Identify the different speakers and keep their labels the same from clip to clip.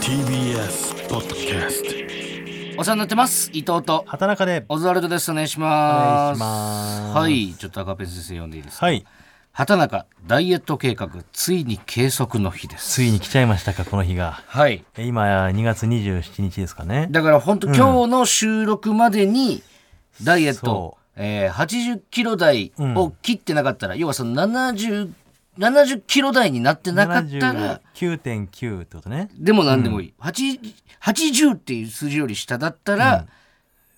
Speaker 1: TBS ポッドキャスト
Speaker 2: お世話になってます伊藤と
Speaker 3: 畑中で
Speaker 2: オズワルドですお願いします
Speaker 3: お願いします
Speaker 2: はいちょっと赤ペン先生読んでいいですか、
Speaker 3: はい
Speaker 2: 畑中ダイエット計画ついに計測の日です
Speaker 3: ついに来ちゃいましたかこの日が
Speaker 2: はい
Speaker 3: え今2月27日ですかね
Speaker 2: だから本当今日の収録までにダイエット
Speaker 3: そ、
Speaker 2: えー80キロ台を切ってなかったら、要はその70 70キロ台になってなかったら
Speaker 3: 79.9ってことね
Speaker 2: でも何でもいい、80, 80っていう数字より下だったら、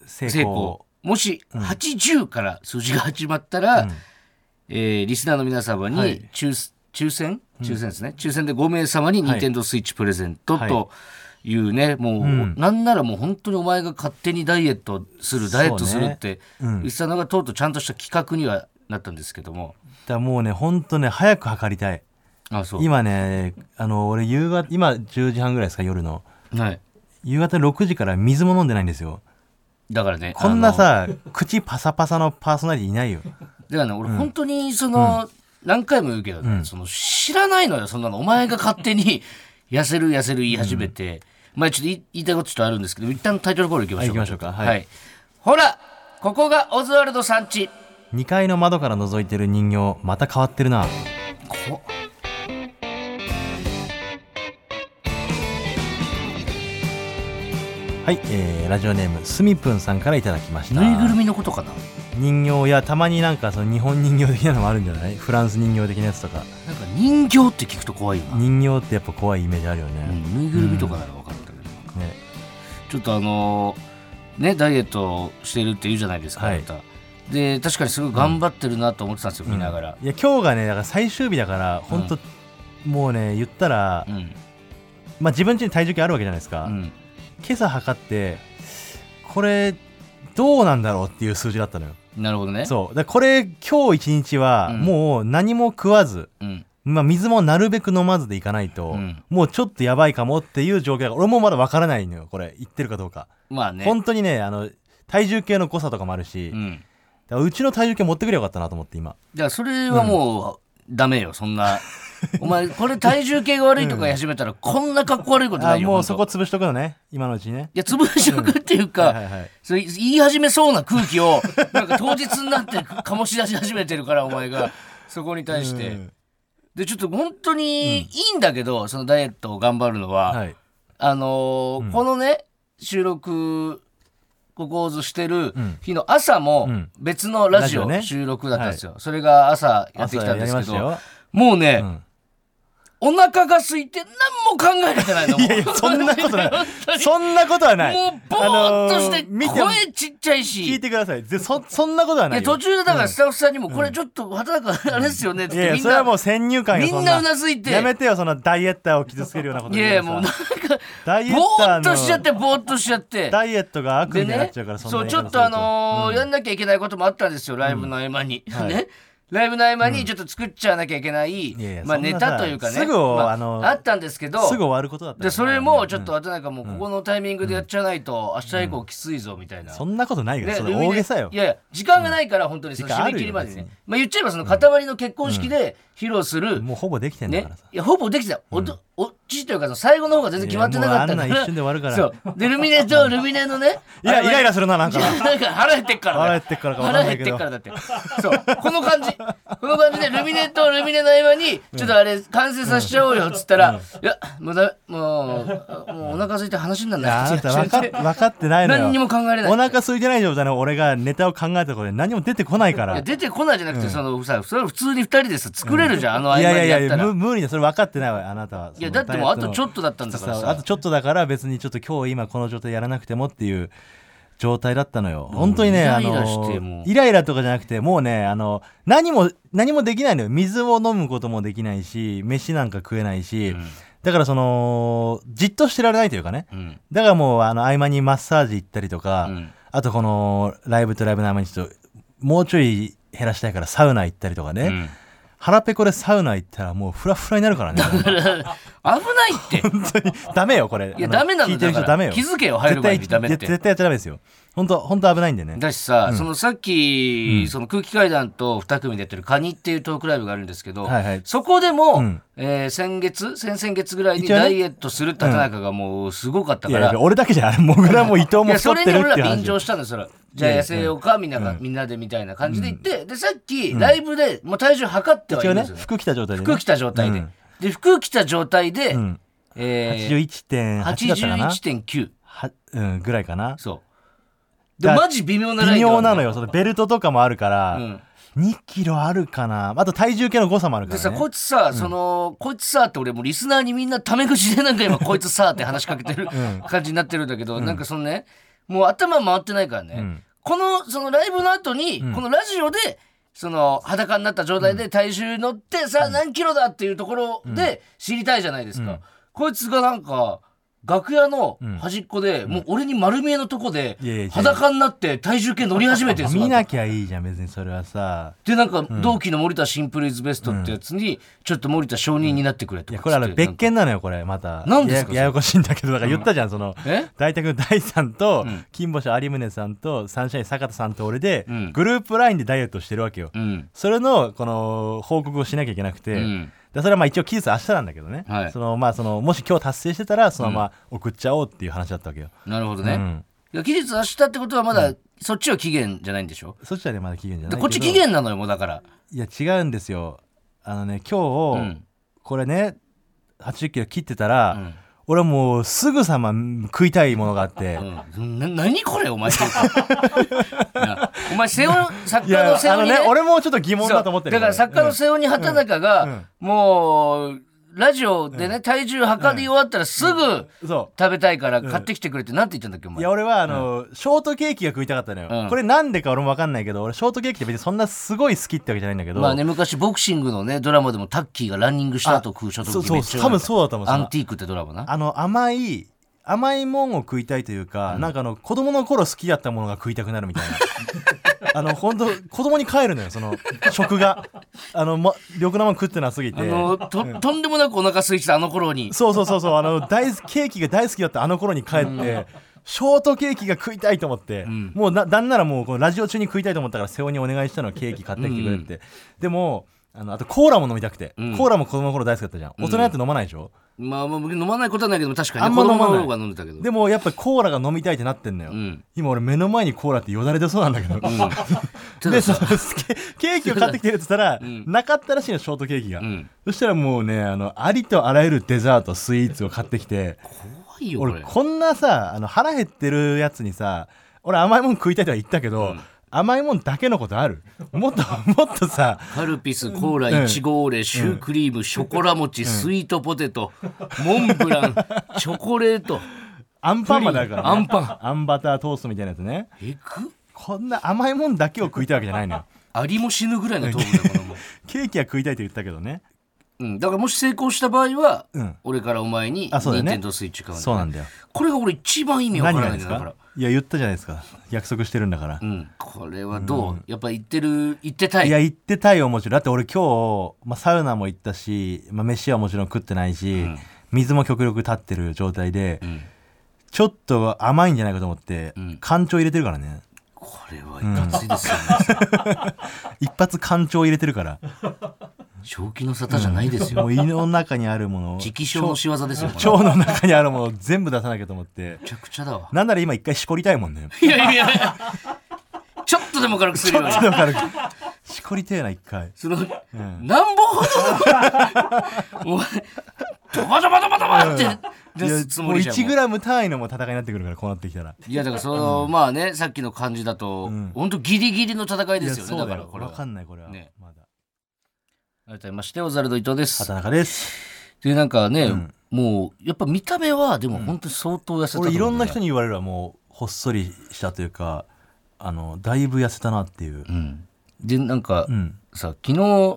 Speaker 3: 成功
Speaker 2: 成功もし80から数字が始まったら、えーリスナーの皆様に抽,、抽選抽選ですね、抽選で5名様に
Speaker 3: はい
Speaker 2: 任天堂スイッチプレゼント
Speaker 3: はい
Speaker 2: というね、もう、
Speaker 3: ん
Speaker 2: なんならもう本当にお前が勝手にダイエットするダイエットするって、
Speaker 3: そうねうん
Speaker 2: リスナーがとうとうちゃんとした企画にはなったんですけども
Speaker 3: だからもうねほんとね早く測りたい
Speaker 2: あそう
Speaker 3: 今ねあの俺夕方今10時半ぐらいですか夜の
Speaker 2: はい、
Speaker 3: 夕方6時から水も飲んでないんですよ
Speaker 2: だからね
Speaker 3: こんなさ口パサパサのパーソナリティいないよ
Speaker 2: だからね、俺本当にその、何回も言うけどね、その知らないのよ、そんなの。お前が勝手に 痩せる痩せる言い始めて。前ちょっと言い言いたいことちょっとあるんですけど、一旦タイトルコール行きましょう
Speaker 3: はい行きましょうか
Speaker 2: は。
Speaker 3: はいい
Speaker 2: ほらここがオズワルドさんち
Speaker 3: 2階の窓から覗いてる人形また変わってるな
Speaker 2: こ
Speaker 3: はい、えーラジオネームすみぷんさんからいただきました
Speaker 2: ぬいぐるみのことかな
Speaker 3: 人形やたまになんかその日本人形的なのもあるんじゃないフランス人形的なやつとか
Speaker 2: なんか人形って聞くと怖いよな。
Speaker 3: 人形ってやっぱ怖いイメージあるよ
Speaker 2: う
Speaker 3: ね,、
Speaker 2: んぬいぐるみとかなら分かったけど、なんか
Speaker 3: ね
Speaker 2: ちょっとあのーね、ダイエットしてるって言うじゃないですか、
Speaker 3: は
Speaker 2: あ
Speaker 3: い
Speaker 2: なたで、確かにすごい頑張ってるなと思ってたんですよ、見ながら。
Speaker 3: いや今日がねだから最終日だから本当、もうね言ったら、
Speaker 2: うん。
Speaker 3: まあ、自分家に体重計あるわけじゃないですか、
Speaker 2: うん。
Speaker 3: 今朝測ってこれどうなんだろうっていう数字だったのよ
Speaker 2: なるほどね。
Speaker 3: そうだからこれ今日一日は
Speaker 2: うん
Speaker 3: もう何も食わず、
Speaker 2: うん。
Speaker 3: まあ、水もなるべく飲まずでいかないと、
Speaker 2: うん
Speaker 3: もうちょっとやばいかもっていう状況が俺もまだわからないのよこれ言ってるかどうか、
Speaker 2: まあね。
Speaker 3: 本当にねあの体重計の誤差とかもあるし、
Speaker 2: う
Speaker 3: だか
Speaker 2: ん。
Speaker 3: らうちの体重計持ってくればよかったなと思って今
Speaker 2: だからそれはもう、ダメよ、そんな。 お前、これ体重計が悪いとか言い始めたら、こんな格好悪いことな
Speaker 3: あ
Speaker 2: いよ。
Speaker 3: もう
Speaker 2: 本当
Speaker 3: そこ潰しとくのね今のうちにね
Speaker 2: いや、潰しとくっていうか、
Speaker 3: はいはいはい
Speaker 2: それ言い始めそうな空気を、なんか当日になって醸し出し始めてるから、お前が、そこに対して。
Speaker 3: うん
Speaker 2: で、ちょっと本当にいいんだけど、そのダイエットを頑張るのは、
Speaker 3: はい
Speaker 2: あのーこのね、収録、ここをずしてる日の朝も
Speaker 3: うん
Speaker 2: 別のラジ
Speaker 3: ラジオ
Speaker 2: オ
Speaker 3: ね
Speaker 2: 収録だったんですよ。それが朝やってきたんですけど、もうね、
Speaker 3: ん
Speaker 2: お腹が空いて何も考えれてないの。もう
Speaker 3: いやいやそんなことな
Speaker 2: 本当
Speaker 3: い
Speaker 2: に
Speaker 3: そんなことはない
Speaker 2: もうぼーっとして、
Speaker 3: あのー見て
Speaker 2: 声ちっちゃいし。
Speaker 3: 聞いてくださいぜそそんなことはない
Speaker 2: いや
Speaker 3: よ
Speaker 2: 途中でだからスタッフさんにも、これちょっと畑中あれですよねって
Speaker 3: い
Speaker 2: 言って
Speaker 3: や
Speaker 2: み
Speaker 3: いや
Speaker 2: ん
Speaker 3: それはも
Speaker 2: な
Speaker 3: う先入観よ
Speaker 2: みん
Speaker 3: そ
Speaker 2: なうなずいて
Speaker 3: やめてよそのダイエッターを傷つけるようなこと
Speaker 2: いやいやもうなんか
Speaker 3: ダイエッ
Speaker 2: ぼ
Speaker 3: ター
Speaker 2: ー
Speaker 3: の
Speaker 2: っとしちゃってぼーっとしちゃって
Speaker 3: ダイエットが悪
Speaker 2: で
Speaker 3: になっ
Speaker 2: ね
Speaker 3: ちゃうからそんな
Speaker 2: そう
Speaker 3: 言い
Speaker 2: ち
Speaker 3: 方
Speaker 2: ょっとあ
Speaker 3: す
Speaker 2: のーやんなきゃいけないこともあったんですよライブの合間に
Speaker 3: はい
Speaker 2: ねライブの合間にちょっと作っちゃわなきゃいけない
Speaker 3: いやいや
Speaker 2: まあ
Speaker 3: そんな
Speaker 2: ネ
Speaker 3: さ
Speaker 2: タというかね
Speaker 3: すぐ
Speaker 2: まあ
Speaker 3: あの
Speaker 2: あったんですけど
Speaker 3: るとすぐ終わることだったから
Speaker 2: でそれもちょっと畑中もここのタイミングでやっちゃわないと明日以降きついぞみたいな
Speaker 3: そんなことないよ
Speaker 2: ね
Speaker 3: そ
Speaker 2: ル
Speaker 3: れ
Speaker 2: ミネ
Speaker 3: 大げさよ
Speaker 2: いやいや、時間がないから、本当にその
Speaker 3: 時間あ
Speaker 2: 締
Speaker 3: る
Speaker 2: め
Speaker 3: よ
Speaker 2: 切りまで
Speaker 3: 別
Speaker 2: ね
Speaker 3: に。
Speaker 2: まあ言っちゃえば、その塊の結婚式で披露する、
Speaker 3: もうほぼできてんだ
Speaker 2: ね
Speaker 3: からさ、
Speaker 2: いやほぼできてた、おとおっちというかその最後の方が全然決まってなかった
Speaker 3: いやもうあんなん一瞬で終わるから
Speaker 2: そうでルミネとルミネのね
Speaker 3: いやイライラするななんか
Speaker 2: なんか腹減ってっからだよ
Speaker 3: 腹減ってっからか分かんないけど
Speaker 2: 腹減ってっからだってそうこの感じこの感じでルミネとルミネの合間にちょっとあれ完成させちゃおうよっつったら、いやもうだもうもうお腹空いて話になら
Speaker 3: いやあ
Speaker 2: ない
Speaker 3: なた分かっ分かってないのよ
Speaker 2: 何にも考えれない
Speaker 3: お腹空いてない状態の俺がネタを考えたところで何も出てこないか
Speaker 2: い
Speaker 3: ら
Speaker 2: や
Speaker 3: い
Speaker 2: 出てこないじゃなくて、そのさそれは普通に二人でさ作れるじゃん、あの合間
Speaker 3: や
Speaker 2: に
Speaker 3: い
Speaker 2: や
Speaker 3: や
Speaker 2: っ
Speaker 3: い
Speaker 2: た
Speaker 3: や
Speaker 2: ら。
Speaker 3: む無理だそれ分かってないわよあなたはい
Speaker 2: やだってもうあとちょ
Speaker 3: っ
Speaker 2: っとだったんだからさ
Speaker 3: あとちょっとだから別にちょっと今日今この状態やらなくてもっていう状態だったのよ本当にね、
Speaker 2: うん
Speaker 3: あ
Speaker 2: イライラしても
Speaker 3: の
Speaker 2: う
Speaker 3: イライラとかじゃなくてもうねあの何も何もできないのよ水を飲むこともできないし飯なんか食えないし、だからそのじっとしてられないというかね
Speaker 2: うん
Speaker 3: だからもうあの合間にマッサージ行ったりとか、
Speaker 2: うん
Speaker 3: あとこのライブとライブの合間にちょっともうちょい減らしたいからサウナ行ったりとかね、
Speaker 2: ん
Speaker 3: 腹ペコでサウナ行ったらもうフラフラになるからね
Speaker 2: 危ないって
Speaker 3: 本当にダメよこれ
Speaker 2: いや
Speaker 3: あの
Speaker 2: ダメなん
Speaker 3: 聞い
Speaker 2: だ
Speaker 3: てる
Speaker 2: か
Speaker 3: 人ダメ
Speaker 2: ら
Speaker 3: よ
Speaker 2: 気づけよ入る前に
Speaker 3: 絶
Speaker 2: ダ
Speaker 3: 対
Speaker 2: メって
Speaker 3: 絶対やっちゃダメですよ本当本当危ないんでね
Speaker 2: だしさ、そのさっき、その空気階段と2組でやってる「カニ」っていうトークライブがあるんですけど、
Speaker 3: はいはい
Speaker 2: そこでも、
Speaker 3: ん
Speaker 2: えー先月先々月ぐらいに
Speaker 3: 一応ね
Speaker 2: ダイエットするって田中がもうすごかった
Speaker 3: い
Speaker 2: か
Speaker 3: や
Speaker 2: ら、
Speaker 3: いや俺だけじゃないもぐらも伊
Speaker 2: い
Speaker 3: 藤も
Speaker 2: や
Speaker 3: 太
Speaker 2: そ
Speaker 3: っ
Speaker 2: れ
Speaker 3: て
Speaker 2: に
Speaker 3: る
Speaker 2: 俺
Speaker 3: っていう
Speaker 2: ら
Speaker 3: 話
Speaker 2: 便乗したのよそらじゃあ痩せようか、みんなが、みんなでみたいな感じで言って、でさっきライブで、もう体重測ってはい
Speaker 3: 一
Speaker 2: る
Speaker 3: 応
Speaker 2: んで
Speaker 3: ね
Speaker 2: すよ、ね
Speaker 3: 服着た状態で、ね、
Speaker 2: 服着た状態で、
Speaker 3: うん
Speaker 2: で服着た状態で、
Speaker 3: ん
Speaker 2: えー、
Speaker 3: 81.8だったかな
Speaker 2: 81.9
Speaker 3: はうんぐらいかな
Speaker 2: そうで
Speaker 3: だ
Speaker 2: マジ微妙なライン
Speaker 3: 微妙なのよ
Speaker 2: そ
Speaker 3: そ
Speaker 2: の
Speaker 3: のベルトとかもあるか
Speaker 2: う
Speaker 3: ら
Speaker 2: ん、
Speaker 3: 2キロあるかなあと体重計の誤差もあるか
Speaker 2: で
Speaker 3: ら、
Speaker 2: さ、
Speaker 3: ね、
Speaker 2: こいつさ、その、こいつさって俺もうリスナーにみんなタメ口でなんか今、こいつさって話しかけてる感じになってるんだけど、なんかそのね、もう頭回ってないからね、
Speaker 3: ん
Speaker 2: この、そのライブの後に、このラジオで、その裸になった状態で体重乗って、さあ何キロだっていうところで知りたいじゃないですか。こいつがなんか、楽屋の端っこで、もう俺に丸見えのとこで
Speaker 3: いやいや違う
Speaker 2: 裸になって体重計乗り始めてるんですよ
Speaker 3: 見なきゃいいじゃん別にそれはさ
Speaker 2: でなんか同期の森田シンプルイズベストってやつにちょっと森田承認になってくれと
Speaker 3: いや
Speaker 2: か
Speaker 3: これあ
Speaker 2: つって
Speaker 3: の別件なのよこれまた
Speaker 2: 何ですか
Speaker 3: やややこしいんだけどだから言ったじゃん、その
Speaker 2: え
Speaker 3: 大宅の大さんと、
Speaker 2: ん
Speaker 3: 金星有宗さんとサンシャイン坂田さんと俺で、
Speaker 2: うん
Speaker 3: グループラインでダイエットしてるわけよ、
Speaker 2: うん
Speaker 3: それのこの報告をしなきゃいけなくて、
Speaker 2: うん
Speaker 3: でそれはまあ一応期日明日なんだけどね、
Speaker 2: はい
Speaker 3: そのまあそのもし今日達成してたらそのまま送っちゃおうっていう話だったわけよ、
Speaker 2: なるほど
Speaker 3: う
Speaker 2: ね
Speaker 3: ん
Speaker 2: いや期日明日ってことはまだそっちは期限じゃないんでしょ
Speaker 3: そっちはねまだ期限じゃない
Speaker 2: で
Speaker 3: けど
Speaker 2: こっち期限なのよもうだから
Speaker 3: いや違うんですよあのね今日、
Speaker 2: うん
Speaker 3: これね80キロ切ってたら、
Speaker 2: ん
Speaker 3: 俺はもうすぐさま食いたいものがあって、
Speaker 2: うんな何これお前 なお前背負作
Speaker 3: い
Speaker 2: 家の
Speaker 3: や
Speaker 2: 背
Speaker 3: あ
Speaker 2: 負
Speaker 3: の
Speaker 2: に
Speaker 3: ね
Speaker 2: ね
Speaker 3: 俺もちょっと疑問
Speaker 2: そう
Speaker 3: だと思ってる
Speaker 2: だから作家の背負に畑中がもうラジオでね体重測り終わったらすぐ
Speaker 3: うんそ
Speaker 2: 食べたいから買ってきてくれってなんて言ったんだっけお
Speaker 3: うい
Speaker 2: 前
Speaker 3: や俺はあの、ショートケーキが食いたかったのよ、
Speaker 2: うん
Speaker 3: これなんでか俺も分かんないけど俺ショートケーキって別にそんなすごい好きってわけじゃないんだけど、
Speaker 2: まあね、昔ボクシングのね、ドラマでもタッキーがランニングした後食うショット
Speaker 3: そうそう多分そうだと思う
Speaker 2: アンティークってドラマな。
Speaker 3: あの甘い甘いもんを食いたいというか、なんかあの子供の頃好きだったものが食いたくなるみたいな あの本当子供に帰るのよその食があの、ま、緑生もん食ってなすぎて
Speaker 2: あの、と、とんでもなくお腹空いてたあの頃に。
Speaker 3: そうそうそうそうあの大好きケーキが大好きだったあの頃に帰って、ショートケーキが食いたいと思って、もうななんならもうこのラジオ中に食いたいと思ったから瀬尾にお願いしたのケーキ買ってきてくれって、でもあのあとコーラも飲みたくて、コーラも子供の頃大好きだったじゃん大人になって飲まないでしょ、
Speaker 2: まあ、まあ、僕飲まないことはないけど、確かに、
Speaker 3: あんま飲まな
Speaker 2: 子
Speaker 3: い
Speaker 2: 供の方が飲んでたけど。
Speaker 3: でもやっぱコーラが飲みたいってなってんのよ、
Speaker 2: ん
Speaker 3: 今俺目の前にコーラってよだれ出そうなんだけど、
Speaker 2: た
Speaker 3: で
Speaker 2: だ
Speaker 3: そ
Speaker 2: さ
Speaker 3: のケケーキを買ってきてるって言ったら、なかったらしいのショートケーキが、
Speaker 2: ん
Speaker 3: そしたらもうねあのありとあらゆるデザートスイーツを買ってきて
Speaker 2: 怖いよ、こ
Speaker 3: 俺
Speaker 2: れ。
Speaker 3: こんなさあの腹減ってるやつにさ俺甘いもん食いたいとは言ったけど、甘いもんだけのことあるもっともっとさ
Speaker 2: カルピス、コー
Speaker 3: う
Speaker 2: ラ、
Speaker 3: ん
Speaker 2: いちごオーレ、シュークリーム、ショコラ餅、スイートポテト、モンブ ラン、チョコレート。
Speaker 3: アンパンまであるから、ね、
Speaker 2: アンパン
Speaker 3: アンバタートーストみたいなやつね
Speaker 2: えぐ
Speaker 3: こんな甘いもんだけを食いたいわけじゃないのよ
Speaker 2: ありも死ぬぐらいの糖分だよ、この もん。
Speaker 3: ケーキは食いたいと言ったけどね
Speaker 2: うん。だからもし成功した場合は
Speaker 3: うん、
Speaker 2: 俺からお前に、
Speaker 3: あそうだよね
Speaker 2: ニンテンドースイッチ買うんだ
Speaker 3: そうなんだよ
Speaker 2: これが俺一番意味わか
Speaker 3: 何
Speaker 2: ら
Speaker 3: が
Speaker 2: ない
Speaker 3: で
Speaker 2: ん
Speaker 3: す
Speaker 2: だから
Speaker 3: か。いや言ったじゃないですか約束してるんだから
Speaker 2: う、ん、これはどう、やっぱ言ってる言ってたい
Speaker 3: いや言ってたいよもちろんだって俺今日、まあ、サウナも行ったし、まあ、飯はもちろん食ってないし、水も極力立ってる状態で、
Speaker 2: ん
Speaker 3: ちょっと甘いんじゃないかと思って、
Speaker 2: ん
Speaker 3: 干潮入れてるからね
Speaker 2: これはいかついですよね、
Speaker 3: 一発干潮入れてるから
Speaker 2: 正気の沙汰じゃないですよ、
Speaker 3: もう胃の中にあるものを
Speaker 2: 直傷の仕業ですよこれめ
Speaker 3: 腸の中にあるものを全部出さなきゃと思って
Speaker 2: ちゃくちゃだわ
Speaker 3: なんなら今一回しこりたいも んね
Speaker 2: いやいやいやちょっとでも軽くするように
Speaker 3: だからしこりてえな一回
Speaker 2: その、なんぼほどお前ドバドバドバドバって
Speaker 3: いや
Speaker 2: 出すつ
Speaker 3: も
Speaker 2: も
Speaker 3: う
Speaker 2: りじゃん
Speaker 3: 1
Speaker 2: もう
Speaker 3: グラム単位のもう戦いになってくるからこうなってきたら
Speaker 2: いやだからその、まあねさっきの感じだと、本当ギリギリの戦いですよねだからこれ
Speaker 3: 分か
Speaker 2: は
Speaker 3: んないこれは、
Speaker 2: ね
Speaker 3: まだ
Speaker 2: 改めましてオザルド伊藤です
Speaker 3: 畑中です
Speaker 2: でなんかね、もうやっぱ見た目はでも本当に相当痩せたと思う
Speaker 3: 俺い
Speaker 2: だよ
Speaker 3: ろんな人に言われるわもうほっそりしたというかあのだいぶ痩せたなっていう、
Speaker 2: うんでなんか、
Speaker 3: うん
Speaker 2: さ昨日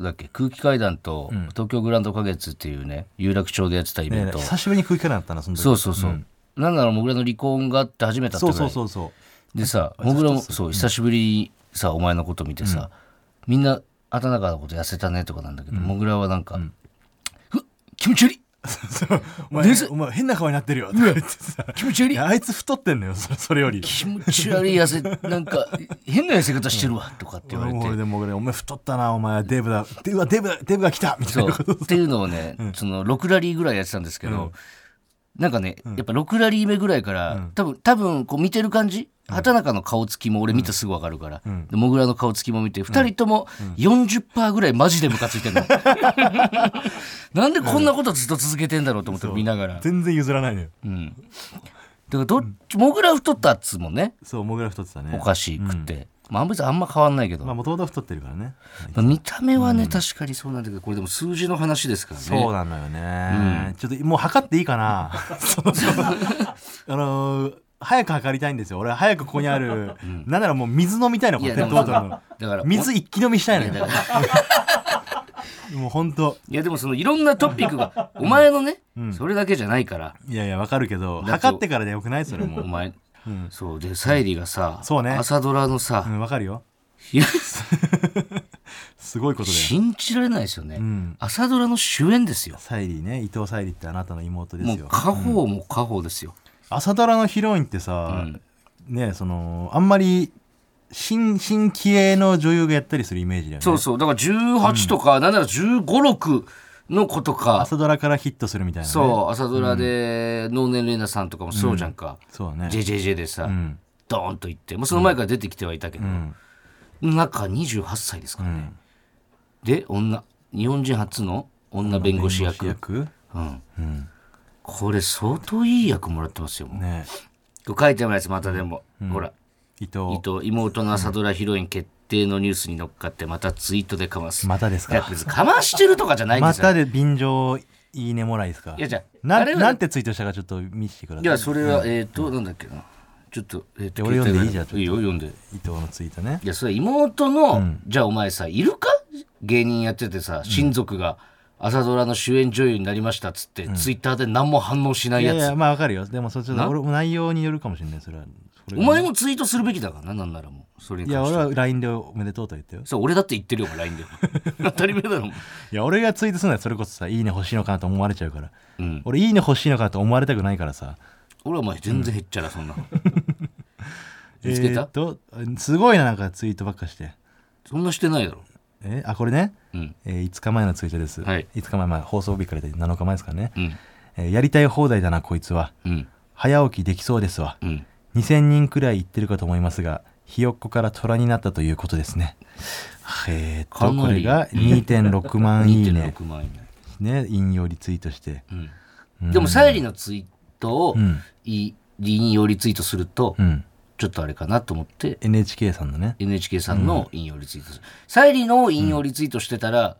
Speaker 2: だっけ空気階段と東京グランド花月っていうね有楽町でやってたイベ
Speaker 3: ね
Speaker 2: ン
Speaker 3: え
Speaker 2: ト、
Speaker 3: 久しぶりに食いかなったなその時
Speaker 2: そうそうそう、なんならもぐらの離婚があって初めてだった
Speaker 3: そ
Speaker 2: ぐ
Speaker 3: う
Speaker 2: らい
Speaker 3: そうそうそう
Speaker 2: でさもぐらもそう久しぶりにさお前のこと見てさ、みんな畑中のこと痩せたねとかなんだけどもぐらはなんか「うっ気持ち悪い
Speaker 3: お前
Speaker 2: です
Speaker 3: お前変な顔になってるよとか言ってさ
Speaker 2: 気持ち悪
Speaker 3: い
Speaker 2: い
Speaker 3: やあいつ太ってんのよそそれより
Speaker 2: 気持ち悪い痩せなんか変な痩せ方してるわとかって言われて
Speaker 3: もうでも俺お前太ったなお前デブだデブはデブだデブが来たみた い
Speaker 2: そう
Speaker 3: なこと
Speaker 2: っていうのをね、その6ラリーぐらいやってたんですけど、なんかね、やっぱ6ラリー目ぐらいから、多分多分こう見てる感じ畑中の顔つきも俺見てすぐ分かるから、でもぐらの顔つきも見て2人とも40%ぐらいマジでムカついて るの、なんでこんなことずっと続けてんだろうと思って見ながら、
Speaker 3: 全然譲らないのよ
Speaker 2: うん、だからどっちもぐら太ったっつうもんね
Speaker 3: そうモグラ太ってたね
Speaker 2: お菓子食って、まああんまりあんま変わんないけど、
Speaker 3: まあもともと太ってるからね
Speaker 2: まあ見た目はね、確かにそうなんだけどこれでも数字の話ですからね
Speaker 3: そうなのよね、ちょっともう測っていい かなそのあのー早く測りたいんですよ俺は早くここにある、なんならもう水飲みたいのこ
Speaker 2: い
Speaker 3: れ
Speaker 2: や
Speaker 3: ペットボトルの
Speaker 2: だから
Speaker 3: 水一気飲みしたいの
Speaker 2: いや
Speaker 3: よ
Speaker 2: だから
Speaker 3: もうほんと
Speaker 2: いやでもそのいろんなトピック がお前のね、それだけじゃないから
Speaker 3: いやいやわかるけど
Speaker 2: だと
Speaker 3: 測ってからでよくないそれも
Speaker 2: お
Speaker 3: う
Speaker 2: 前、そうで沙莉がさ、
Speaker 3: そうね
Speaker 2: 朝ドラのさ、
Speaker 3: んわかるよ
Speaker 2: いや
Speaker 3: すごいことだよ
Speaker 2: 信じられないですよね、
Speaker 3: ん
Speaker 2: 朝ドラの主演ですよ
Speaker 3: サイリーね伊藤沙莉ってあなたの妹で
Speaker 2: も
Speaker 3: す
Speaker 2: う
Speaker 3: よ
Speaker 2: 家宝も家宝ですよ、
Speaker 3: 朝ドラのヒロインってさ、
Speaker 2: うん
Speaker 3: ねそのあんまり新新気鋭の女優がやったりするイメージだよね
Speaker 2: そうそうだから18とか、なんなら1 5 6の子とか、
Speaker 3: 朝ドラからヒットするみたいな、ね、
Speaker 2: そう朝ドラで能年玲奈さんとかもそうじゃんか、
Speaker 3: そうだね
Speaker 2: JJJ でさ、
Speaker 3: うん
Speaker 2: ドーンと行ってもうその前から出てきてはいたけど、
Speaker 3: ん
Speaker 2: 中28歳ですからね、で女日本人初の女弁護士役うんこれ相当いい役もらってますよもう
Speaker 3: ね
Speaker 2: これ書いてもらいですまたでも、ほら
Speaker 3: 伊藤
Speaker 2: 伊藤妹の朝ドラヒロイン決定のニュースに乗っかってまたツイートでかます、
Speaker 3: またです
Speaker 2: いや
Speaker 3: か
Speaker 2: 別にかましてるとかじゃないんで
Speaker 3: ます
Speaker 2: よ、
Speaker 3: たで便乗いいねもらいですか
Speaker 2: いやじゃあ
Speaker 3: な
Speaker 2: あれは
Speaker 3: なんてツイートしたかちょっと見せてくだ
Speaker 2: いや
Speaker 3: さい
Speaker 2: それは、えっ、となんだっけなちょっと,、えー、と
Speaker 3: 俺読んでいいじゃん
Speaker 2: 携帯がいいよ読んで
Speaker 3: 伊藤のツイートね
Speaker 2: いやそれ妹の、じゃあお前さいるか芸人やっててさ親族が朝ドラの主演女優になりましたっつって、ツイッターで何も反応しない
Speaker 3: いや
Speaker 2: や
Speaker 3: い
Speaker 2: つ
Speaker 3: やまあわかるよでもそっちの俺も内容によるかもしれないそれはそれ
Speaker 2: お前もツイートするべきだからななんならもうそれに
Speaker 3: いや
Speaker 2: 関し
Speaker 3: 俺
Speaker 2: ては
Speaker 3: は LINE でおめでとうと言ったよ
Speaker 2: そう俺だって言ってるよ LINE で 当たり前だろお前
Speaker 3: いや俺がツイートするのはそれこそさいいね欲しいのかなと思われちゃうから、
Speaker 2: うん
Speaker 3: 俺いいね欲しいのかなと思われたくないからさ
Speaker 2: 俺はお前全然減っちゃらそんなの見つけた、
Speaker 3: えーっとすごいななんかツイートばっかして
Speaker 2: そんなしてないだろ
Speaker 3: えあこれね、
Speaker 2: うん
Speaker 3: えー5日前のツイートです、
Speaker 2: はい
Speaker 3: 5日前、まあ、放送日からで7日前ですからね、
Speaker 2: うん
Speaker 3: えーやりたい放題だなこいつは
Speaker 2: うん
Speaker 3: 早起きできそうですわ、
Speaker 2: うん
Speaker 3: 2000人くらい行ってるかと思いますがひよっこから虎になったということですねえー、っ
Speaker 2: か
Speaker 3: とこ
Speaker 2: な
Speaker 3: れ
Speaker 2: り
Speaker 3: が2.6万 いいね
Speaker 2: 2.6万円、
Speaker 3: ね引用リツイートして、
Speaker 2: うん、でも沙莉のツイートを
Speaker 3: ん
Speaker 2: い引用リツイートすると、
Speaker 3: うん、
Speaker 2: ちょっとあれかなと思って
Speaker 3: NHK さんのね
Speaker 2: NHK さんの引用リツイートする。サイリーの引用リツイートしてたら、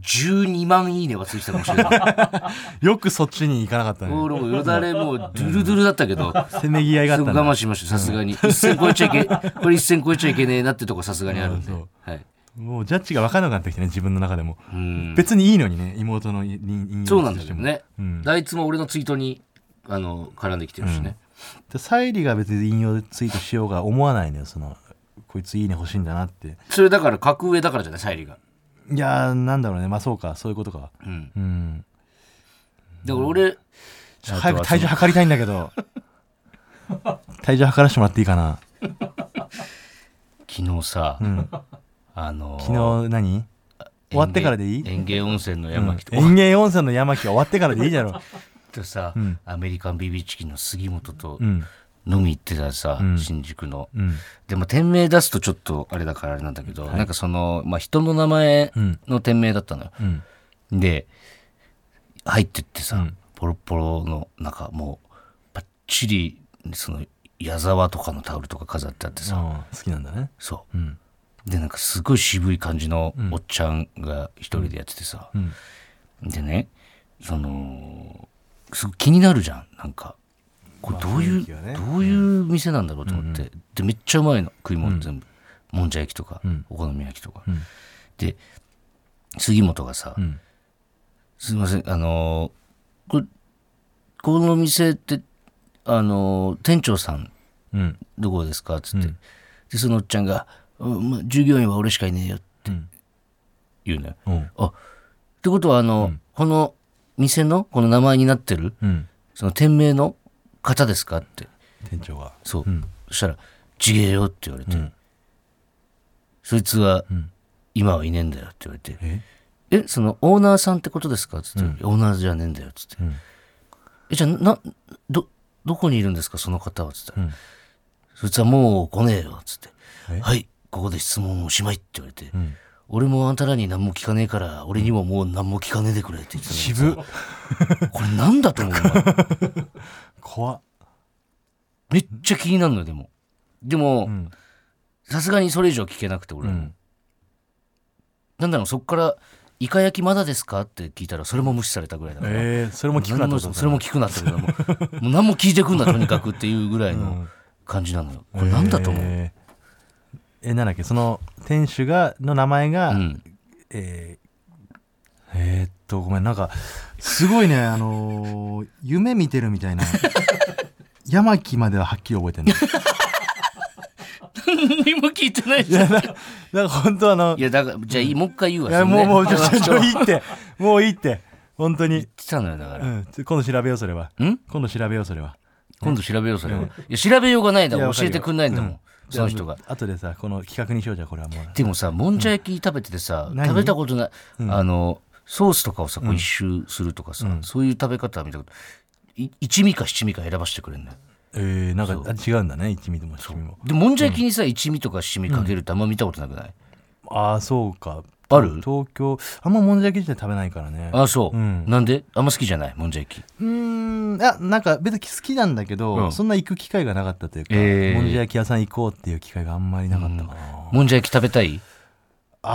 Speaker 2: 12万いいねがついてたかもしれ ない。
Speaker 3: よくそっちに行かなかったね
Speaker 2: 俺もよだれもうドゥルドゥルだったけど、
Speaker 3: せめぎ合いがあ
Speaker 2: す
Speaker 3: っ
Speaker 2: ご
Speaker 3: た
Speaker 2: い
Speaker 3: んだ
Speaker 2: 我慢しました、さすがに。一線超えちゃいけ、これ一線超えちゃいけねえなってとこさすがにあるんで。
Speaker 3: うん
Speaker 2: はい。
Speaker 3: もうジャッジが分からなくなってきてね自分の中でも、
Speaker 2: うん。
Speaker 3: 別にいいのにね妹の引引用
Speaker 2: そうな
Speaker 3: リ
Speaker 2: ん
Speaker 3: ツ
Speaker 2: だけ
Speaker 3: イートして
Speaker 2: ど
Speaker 3: も
Speaker 2: ね。
Speaker 3: うん
Speaker 2: あいつも俺のツイートに、あの、絡んできてるしね。
Speaker 3: で沙莉が別に引用ツイートしようが思わないのよそのこいついいね欲しいんだなって
Speaker 2: それだから格上だからじゃない、サイリーが。
Speaker 3: いやーなんだろうねまあそうかそういうことか
Speaker 2: うん。
Speaker 3: うん
Speaker 2: だから俺、
Speaker 3: ちょっと早く体重測りたいんだけど 体重測らせてもらっていいかな
Speaker 2: 昨日さ、 あのー、
Speaker 3: 昨日何終わってからでいい
Speaker 2: 園芸温泉の山来て、
Speaker 3: 園芸温泉の山木終わってからでいいだろ
Speaker 2: とさ、アメリカンビビチキンの杉本と
Speaker 3: う、うん
Speaker 2: 飲み行ってたさ、新宿の、
Speaker 3: うん
Speaker 2: でも店名出すとちょっとあれだからあれなんだけど、なんかその、まあ、人の名前の店名だったのよ、
Speaker 3: うん
Speaker 2: で入ってってさ、ポロポロの中もうばっちりその矢沢とかのタオルとか飾ってあってさ、
Speaker 3: あー好きなんだね
Speaker 2: そう
Speaker 3: うん
Speaker 2: でなんかすごい渋い感じのおっちゃんが一人でやっててさ、
Speaker 3: うん
Speaker 2: でねそのすごい気になるじゃんなんかこれどうい
Speaker 3: 雰
Speaker 2: う
Speaker 3: 囲、気がね
Speaker 2: どういう店なんだろうと思って、でめっちゃうまいの食い物全部、もんじゃ焼きとか、
Speaker 3: ん
Speaker 2: お好み焼きとか、
Speaker 3: ん
Speaker 2: で杉本がさ、
Speaker 3: ん
Speaker 2: すいませんあのーこれこの店ってあのー店長さん
Speaker 3: うん
Speaker 2: どこですか?」っつって、でそのおっちゃんがうんまあ「従業員は俺しかいねえよ」って
Speaker 3: うん
Speaker 2: 言うのよ。
Speaker 3: うん
Speaker 2: あってことはあの、この店のこの名前になってる
Speaker 3: うん、
Speaker 2: その店名の方ですかって
Speaker 3: 店長が
Speaker 2: そう、
Speaker 3: ん
Speaker 2: そしたら「ちげえよ」って言われて、
Speaker 3: ん
Speaker 2: そいつは
Speaker 3: ん
Speaker 2: 今はいねえんだよって言われて
Speaker 3: え
Speaker 2: 「えそのオーナーさんってことですか?」っつって、オーナーじゃねえんだよ」っつって、
Speaker 3: うん
Speaker 2: えじゃあなどどこにいるんですかその方は」っつったら、
Speaker 3: うん
Speaker 2: そいつはもう来ねえよ」っつって「
Speaker 3: え
Speaker 2: はいここで質問おしまい」って言われて、
Speaker 3: ん
Speaker 2: 俺もあんたらに何も聞かねえから俺にももう何も聞かねえでくれ」って言ってたの
Speaker 3: 渋っ
Speaker 2: これなんだと思うお前
Speaker 3: 怖っ
Speaker 2: めっちゃ気になるのよでもでも
Speaker 3: ん
Speaker 2: さすがにそれ以上聞けなくて俺も、
Speaker 3: うん
Speaker 2: なんだろうそっから「イカ焼きまだですか?」って聞いたらそれも無視されたぐらいだから、
Speaker 3: えー、それも聞くな
Speaker 2: 何
Speaker 3: ってこ
Speaker 2: も
Speaker 3: とだ
Speaker 2: それも聞くなってことだもうもう何も聞いてくんなとにかくっていうぐらいの感じな のよこれなんだと思う、
Speaker 3: えーえなんだっけその店主がの名前が、
Speaker 2: うん、
Speaker 3: えーえーっとごめんなんかすごいねあのー夢見てるみたい な山木までははっきり覚えて る
Speaker 2: 何も聞いてないじゃん
Speaker 3: だから本当あの
Speaker 2: いやだからじゃあいいもう一回言うわ
Speaker 3: いや
Speaker 2: それ
Speaker 3: も
Speaker 2: ね
Speaker 3: うもうちょ
Speaker 2: 言っ
Speaker 3: ちょ ちょいいってもういいって本当に、
Speaker 2: てたのよだか
Speaker 3: う
Speaker 2: ら、
Speaker 3: ん、ちょ今度調べようそれは
Speaker 2: ん
Speaker 3: 今度調べようそれは
Speaker 2: 今度調べようそれは、いや調べようがないんだ
Speaker 3: い
Speaker 2: もん
Speaker 3: や
Speaker 2: 教えてくんないんだもん、
Speaker 3: わか
Speaker 2: その人が
Speaker 3: あとでさこの企画にしようじゃあこれはもう
Speaker 2: でもさもんじゃ焼き食べててさ、
Speaker 3: 何
Speaker 2: 食べたことない、あのソースとかをさこう一周するとかさ、そういう食べ方は見たことい一味か七味か選ばしてくれんのよ
Speaker 3: えー、なんかあ違うんだね一味でも七味も
Speaker 2: でもんじゃ焼きにさ、一味とか七味かけるってあんま見たことなくない、
Speaker 3: ああそうか
Speaker 2: ある
Speaker 3: 東京あんまもんじゃ焼き自体食べないからね
Speaker 2: ああそう、
Speaker 3: うん
Speaker 2: なんであんま好きじゃないもんじゃ焼き
Speaker 3: うーんあなんか別に好きなんだけど、
Speaker 2: うん
Speaker 3: そんな行く機会がなかったというか、
Speaker 2: えー
Speaker 3: もんじゃ焼き屋さん行こうっていう機会があんまりなかったかな、
Speaker 2: もんじゃ焼き食べたい、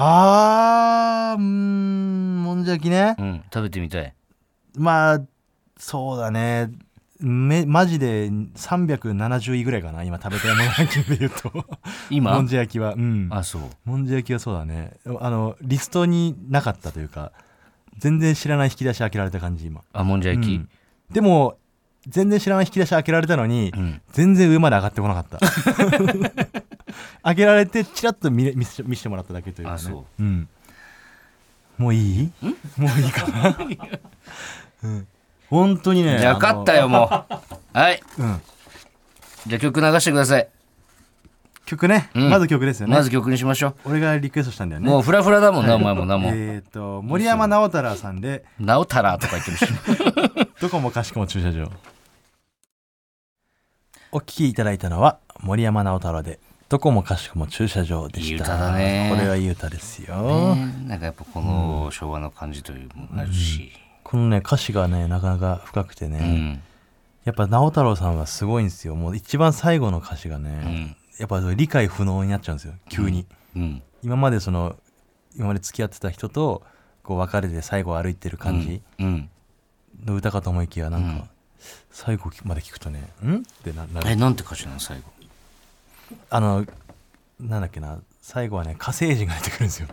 Speaker 3: あーうーんもんじゃ焼きね
Speaker 2: う、ん、食べてみたい
Speaker 3: まあそうだねめマジで370位ぐらいかな今食べたいもんランキングで言うとも
Speaker 2: 今
Speaker 3: んじゃ焼きはうん
Speaker 2: あそう
Speaker 3: もんじゃ焼きはそうだねあのリストになかったというか全然知らない引き出し開けられた感じ今
Speaker 2: あもんじゃ焼き、
Speaker 3: うんでも全然知らない引き出し開けられたのに、
Speaker 2: ん
Speaker 3: 全然上まで上がってこなかった 開けられてチラッと見れ見せ見せてもらっただけというか、ね、、
Speaker 2: あそう
Speaker 3: ん、もういいもういいかな、 うん本当にね
Speaker 2: じゃあ分かったよもう はい
Speaker 3: あのうん、
Speaker 2: じゃあ曲流してください、
Speaker 3: 曲ね、
Speaker 2: うん
Speaker 3: まず曲ですよね
Speaker 2: まず曲にしましょ
Speaker 3: 俺がリクエストしたんだよ
Speaker 2: う、
Speaker 3: ね
Speaker 2: もうフラフラだもんなお前もなもう
Speaker 3: えっ、と森山直太朗さんで
Speaker 2: 直太らとか言ってるし
Speaker 3: どこもかしこも駐車場。お聞きいただいたのは森山直太朗で、どこもかしこも駐車場でした。
Speaker 2: いい歌だね
Speaker 3: これはいい歌ですよ。
Speaker 2: ねなんかやっぱこの昭和の感じというのもあるし、
Speaker 3: このね、歌詞がね、なかなか深くてね、
Speaker 2: うん
Speaker 3: やっぱ直太朗さんはすごいんですよ。もう一番最後の歌詞がね、やっぱ理解不能になっちゃうんですよ、急に。
Speaker 2: うん
Speaker 3: 今までその、今まで付き合ってた人と、こう別れて最後歩いてる感じ。
Speaker 2: うん、
Speaker 3: の歌かと思いきやなんか、
Speaker 2: うん
Speaker 3: 最後まで聞くとね「ん?」ってななる
Speaker 2: えなんて歌詞なの最後
Speaker 3: あのなんだっけな最後はね火星人が出てくる んですよ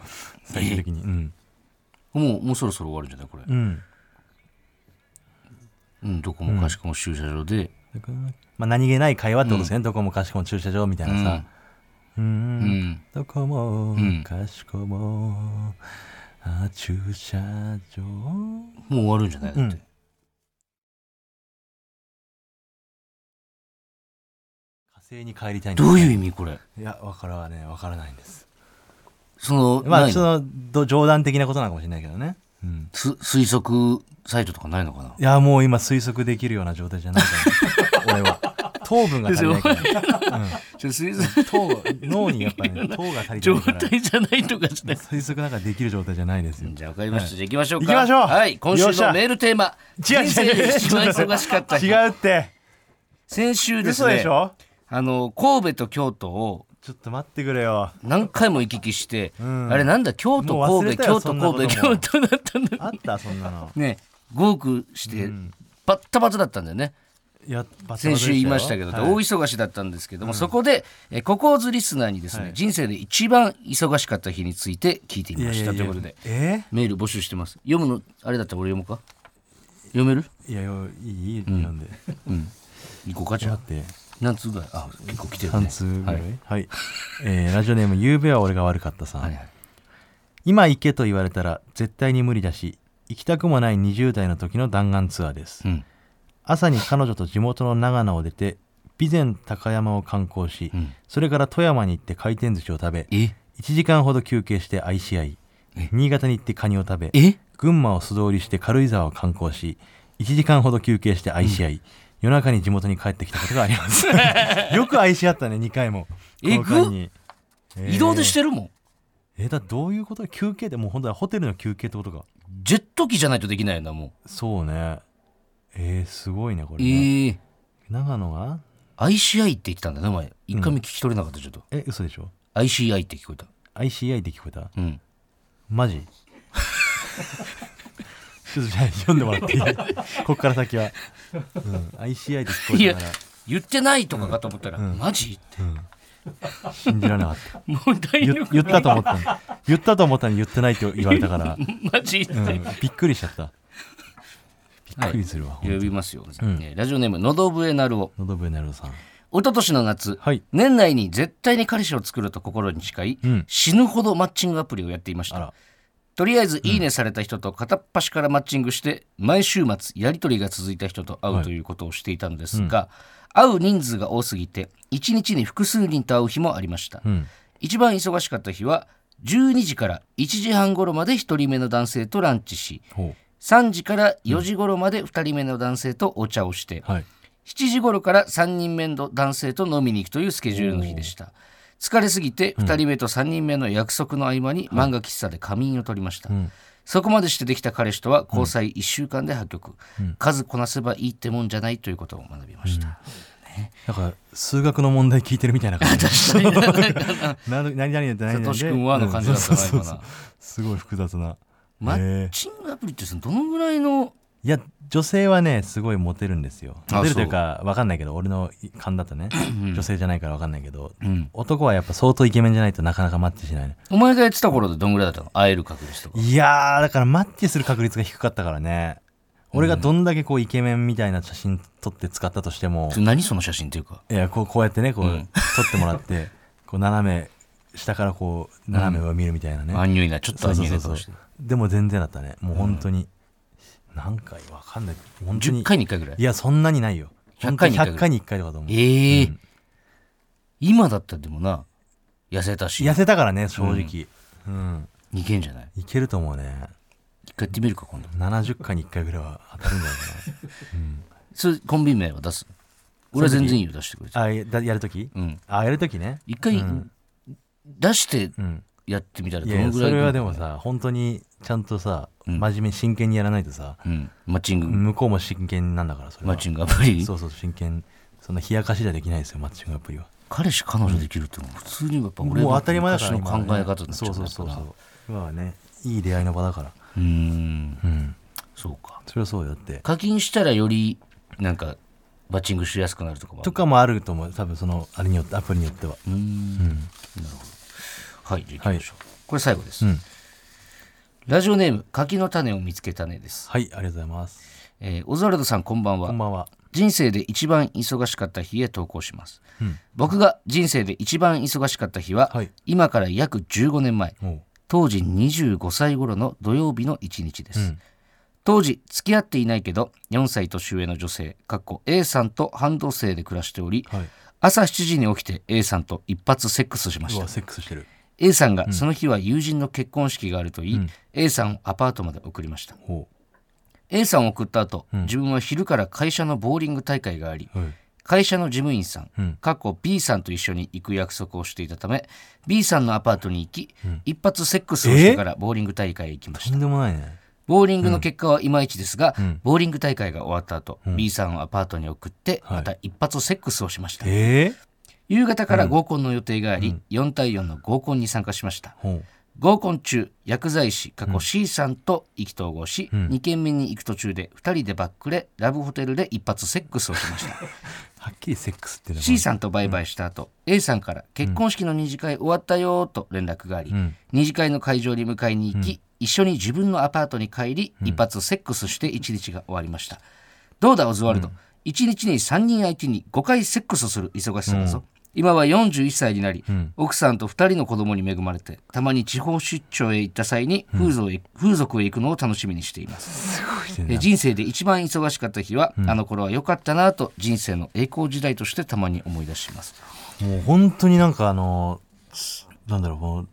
Speaker 3: 最終的にうん、
Speaker 2: もうもうそろそろ終わるんじゃないこれ、
Speaker 3: うん
Speaker 2: うん、どこもかしこも駐車場で、
Speaker 3: まあ、何気ない会話ってことですね、どこもかしこも駐車場みたいなさ「うん
Speaker 2: うんうん
Speaker 3: どこも
Speaker 2: ん
Speaker 3: かしこも、あ駐車場」
Speaker 2: もう終わるんじゃないだって、
Speaker 3: 火星に帰りたいんですね
Speaker 2: どういう意味これ
Speaker 3: いやわからはねわからないんです
Speaker 2: その,、
Speaker 3: ま
Speaker 2: な
Speaker 3: あ
Speaker 2: い
Speaker 3: そ
Speaker 2: の
Speaker 3: のど冗談的なことなのかもしれないけどねうん
Speaker 2: す推測サイトとかないのかない
Speaker 3: やもう今推測できるような状態じゃないから 俺は糖分が足りないから、
Speaker 2: じゃ推測
Speaker 3: 糖脳にやっぱね糖 が足りてな
Speaker 2: 状
Speaker 3: いから
Speaker 2: 態じゃないとかじゃない
Speaker 3: 推測なんかできる状態じゃないですよ
Speaker 2: じゃあ分かりました、じゃあ行きましょうか
Speaker 3: 行きましょう
Speaker 2: はい今週
Speaker 3: よっしゃ
Speaker 2: のメールテーマ
Speaker 3: 違う違う
Speaker 2: 人生で一番忙しかった日
Speaker 3: 違うって
Speaker 2: 先週です
Speaker 3: 嘘で
Speaker 2: ね
Speaker 3: しょ
Speaker 2: あの神戸と京都を
Speaker 3: ちょっと待ってくれよ
Speaker 2: 何回も行き来して、
Speaker 3: ん
Speaker 2: あれなんだ京都
Speaker 3: もう忘れ
Speaker 2: 神戸
Speaker 3: たよ
Speaker 2: 京都神戸
Speaker 3: そん
Speaker 2: 京都
Speaker 3: なことも
Speaker 2: だったんだ
Speaker 3: あったそんなの
Speaker 2: ね5区して、バッタバタだったんだよね
Speaker 3: いやバタバタで
Speaker 2: 先
Speaker 3: よ
Speaker 2: 週言いましたけど、
Speaker 3: はい
Speaker 2: 大忙しだったんですけども、そこでえーココーズリスナーにですね、人生で一番忙しかった日について聞いてみましたということで
Speaker 3: え
Speaker 2: メール募集してます読むのあれだったら俺読むか読める
Speaker 3: いやよいいいい読んで、
Speaker 2: 行こうかじゃあ
Speaker 3: 待って
Speaker 2: 何通ぐらいあ結構来てる
Speaker 3: 3
Speaker 2: ね
Speaker 3: 通ぐらい
Speaker 2: は
Speaker 3: はいい、えーラジオネーム「ゆうべは俺が悪かったさん」
Speaker 2: はいはい
Speaker 3: 今行けと言われたら絶対に無理だし行きたくもない20代の時の弾丸ツアーです、
Speaker 2: うん
Speaker 3: 朝に彼女と地元の長野を出て備前高山を観光し、
Speaker 2: ん
Speaker 3: それから富山に行って回転寿司を食べ
Speaker 2: え
Speaker 3: 1時間ほど休憩して愛し合い新潟に行ってカニを食べ
Speaker 2: え
Speaker 3: 群馬を素通りして軽井沢を観光し1時間ほど休憩して愛し合い、夜中に地元に帰ってきたことがあります よく愛し合ったね2回も
Speaker 2: え
Speaker 3: この間にえー
Speaker 2: 移動でしてるもん
Speaker 3: えだどういうこと休憩でもう本当はホテルの休憩ってことか
Speaker 2: ジェット機じゃないとできないよなも
Speaker 3: そうねえー、すごいねこ
Speaker 2: う
Speaker 3: れ
Speaker 2: え
Speaker 3: ね、
Speaker 2: ー
Speaker 3: 長野が
Speaker 2: ICI って言ってたんだね前一回目聞き取れなかったちょっと、
Speaker 3: え嘘でしょ
Speaker 2: ICI って聞こえた
Speaker 3: ICI で聞こえた
Speaker 2: うん
Speaker 3: マジ ちょっとじゃあ読んでもらっていい こっから先は、うん、ICI で聞こ
Speaker 2: い
Speaker 3: え
Speaker 2: や
Speaker 3: たから
Speaker 2: 言ってないとかかと思ったら、マジって
Speaker 3: 信じられなかった
Speaker 2: もう大
Speaker 3: 言言ったと思ったの言ったと思ったのに言ってないって言われ たから、
Speaker 2: マジって、
Speaker 3: うん、びっくりしちゃったびっくりするわ、
Speaker 2: 呼
Speaker 3: 喉
Speaker 2: びますよ、えーラジオネームのどぶえなるお
Speaker 3: のどぶえなるさん
Speaker 2: 一昨年の夏、
Speaker 3: はい
Speaker 2: 年内に絶対に彼氏を作ると心に誓い、
Speaker 3: ん
Speaker 2: 死ぬほどマッチングアプリをやっていまし
Speaker 3: あ
Speaker 2: た
Speaker 3: ら
Speaker 2: とりあえず「いいね」された人と片っ端からマッチングして毎週末やり取りが続いた人と会うということをしていたのですが、会う人数が多すぎて1日に複数人と会う日もありました、
Speaker 3: うん
Speaker 2: 一番忙しかった日は12時から1時半頃まで1人目の男性とランチし
Speaker 3: ほ
Speaker 2: 3時から4時頃まで2人目の男性とお茶をして、
Speaker 3: うはい
Speaker 2: 7時頃から3人目の男性と飲みに行くというスケジュールの日でした疲れすぎて2人目と3人目の約束の合間に漫画喫茶で仮眠を取りました、
Speaker 3: ん
Speaker 2: そこまでしてできた彼氏とは交際1週間で破局、数こなせばいいってもんじゃないということを学びました、
Speaker 3: なんか数学の問題聞いてるみたいな感じ
Speaker 2: 確かに
Speaker 3: な何々やって何々
Speaker 2: さ
Speaker 3: で
Speaker 2: とし君はの感じだったな
Speaker 3: うんそうそうそう
Speaker 2: 今な
Speaker 3: すごい複雑な
Speaker 2: マ
Speaker 3: へ
Speaker 2: ッ
Speaker 3: え
Speaker 2: チングアプリってそのどのぐらいの
Speaker 3: いや女性はねすごいモテるんですよ
Speaker 2: あ
Speaker 3: モテるというか分かんないけど俺の勘だとね女性じゃないから分かんないけど、男はやっぱ相当イケメンじゃないとなかなかマッチしないね
Speaker 2: お前がやってた頃でどんぐらいだったの会える確率とか
Speaker 3: いやーだからマッチする確率が低かったからね俺がどんだけこうイケメンみたいな写真撮って使ったとしても、
Speaker 2: 何その写真っていうか
Speaker 3: いやこうこうやってねこう、撮ってもらってこう斜め下からこう斜め上見るみたいなね、
Speaker 2: アンニュイなちょっと
Speaker 3: そ
Speaker 2: ア
Speaker 3: う
Speaker 2: ン
Speaker 3: そ
Speaker 2: ニ
Speaker 3: う
Speaker 2: ュイ
Speaker 3: そ
Speaker 2: な顔
Speaker 3: うそう
Speaker 2: して
Speaker 3: でも全然だったねもう本当に、何回わかんない本当
Speaker 2: 10
Speaker 3: に
Speaker 2: 回に1回ぐらい
Speaker 3: いやそんなにないよ
Speaker 2: 100回に一回
Speaker 3: 100回に1回とかと思う
Speaker 2: ええ今だったらでもな痩せたし
Speaker 3: 痩せたからね正直うん、
Speaker 2: いけんじゃない
Speaker 3: いけると思うね
Speaker 2: 一回やってみるか今度
Speaker 3: 70回に1回ぐらいは当たるんじゃな いかな
Speaker 2: それコンビ名は出す俺は全然いいよ出してくれて
Speaker 3: あやだやるとき、
Speaker 2: ん
Speaker 3: あやるときね
Speaker 2: 一回、出して
Speaker 3: うん
Speaker 2: やってみたら
Speaker 3: い
Speaker 2: ど
Speaker 3: やい
Speaker 2: の
Speaker 3: や
Speaker 2: ぐ
Speaker 3: そ
Speaker 2: らい
Speaker 3: れはでもさ本当にちゃんとさ、真面目に真剣にやらないとさ、
Speaker 2: うん、マッチング、
Speaker 3: 向こうも真剣なんだからそれ
Speaker 2: マ
Speaker 3: は
Speaker 2: ッチングアプリ
Speaker 3: そうそう真剣そんな冷やかしじゃできないですよマッチングアプリは
Speaker 2: 彼氏彼女できるってのは普通にやっぱ俺の
Speaker 3: もう当たり前だから
Speaker 2: 昔の考
Speaker 3: 今
Speaker 2: え
Speaker 3: はね
Speaker 2: 方になっちゃ
Speaker 3: そうう
Speaker 2: だから
Speaker 3: んそうそうそう今はねいい出会いの場だから
Speaker 2: うーん
Speaker 3: うん
Speaker 2: そうか
Speaker 3: それはそうよだって
Speaker 2: 課金したらよりなんかマッチングしやすくなるとかもあ
Speaker 3: と
Speaker 2: る
Speaker 3: かもあると思う多分そのあれによってアプリによっては
Speaker 2: うーんなるほどはいじゃあ行きましょう、これ最後です、
Speaker 3: うん
Speaker 2: ラジオネーム柿の種を見つけたねです、
Speaker 3: はいありがとうございます
Speaker 2: えーオズワルドさんこんばんは
Speaker 3: こんばんは
Speaker 2: 人生で一番忙しかった日へ投稿します、僕が人生で一番忙しかった日は、
Speaker 3: はい
Speaker 2: 今から約15年前
Speaker 3: おう
Speaker 2: 当時25歳頃の土曜日の一日です、当時付き合っていないけど4歳年上の女性かっこ A さんと半同棲で暮らしており、
Speaker 3: はい
Speaker 2: 朝7時に起きて A さんと一発セックスしまし
Speaker 3: う
Speaker 2: た
Speaker 3: わセックスしてる
Speaker 2: A さんがその日は友人の結婚式があると言い、A さんをアパートまで送りました
Speaker 3: ほ
Speaker 2: A さんを送った後、自分は昼から会社のボーリング大会があり、
Speaker 3: うはい
Speaker 2: 会社の事務員さん、
Speaker 3: ん
Speaker 2: 過去 B さんと一緒に行く約束をしていたため B さんのアパートに行き、一発セックスをしてからボーリング大会へ行きました
Speaker 3: とんでもないね
Speaker 2: ボーリングの結果はいまいちですが、ボーリング大会が終わった後、B さんをアパートに送って、
Speaker 3: はい
Speaker 2: また一発セックスをしました、
Speaker 3: ええ
Speaker 2: 夕方から合コンの予定があり、4対4の合コンに参加しました
Speaker 3: ほう
Speaker 2: 合コン中薬剤師過去 C さんと意気投合し、2軒目に行く途中で2人でバックレラブホテルで一発セックスをしました
Speaker 3: はっきりセックスっていうの
Speaker 2: C さんとバイバイした後、A さんから結婚式の二次会終わったよーと連絡があり、二次会の会場に迎えに行き、一緒に自分のアパートに帰り、一発セックスして一日が終わりましたどうだオズワルド、一日に3人相手に5回セックスする忙しさだぞ、今は41歳になり、
Speaker 3: ん
Speaker 2: 奥さんと2人の子供に恵まれてたまに地方出張へ行った際に風俗へ,、風俗へ行くのを楽しみにしていますえ人生で一番忙しかった日は、あの頃は良かったなぁと人生の栄光時代としてたまに思い出します
Speaker 3: もう本当になんかあのなんだろうもう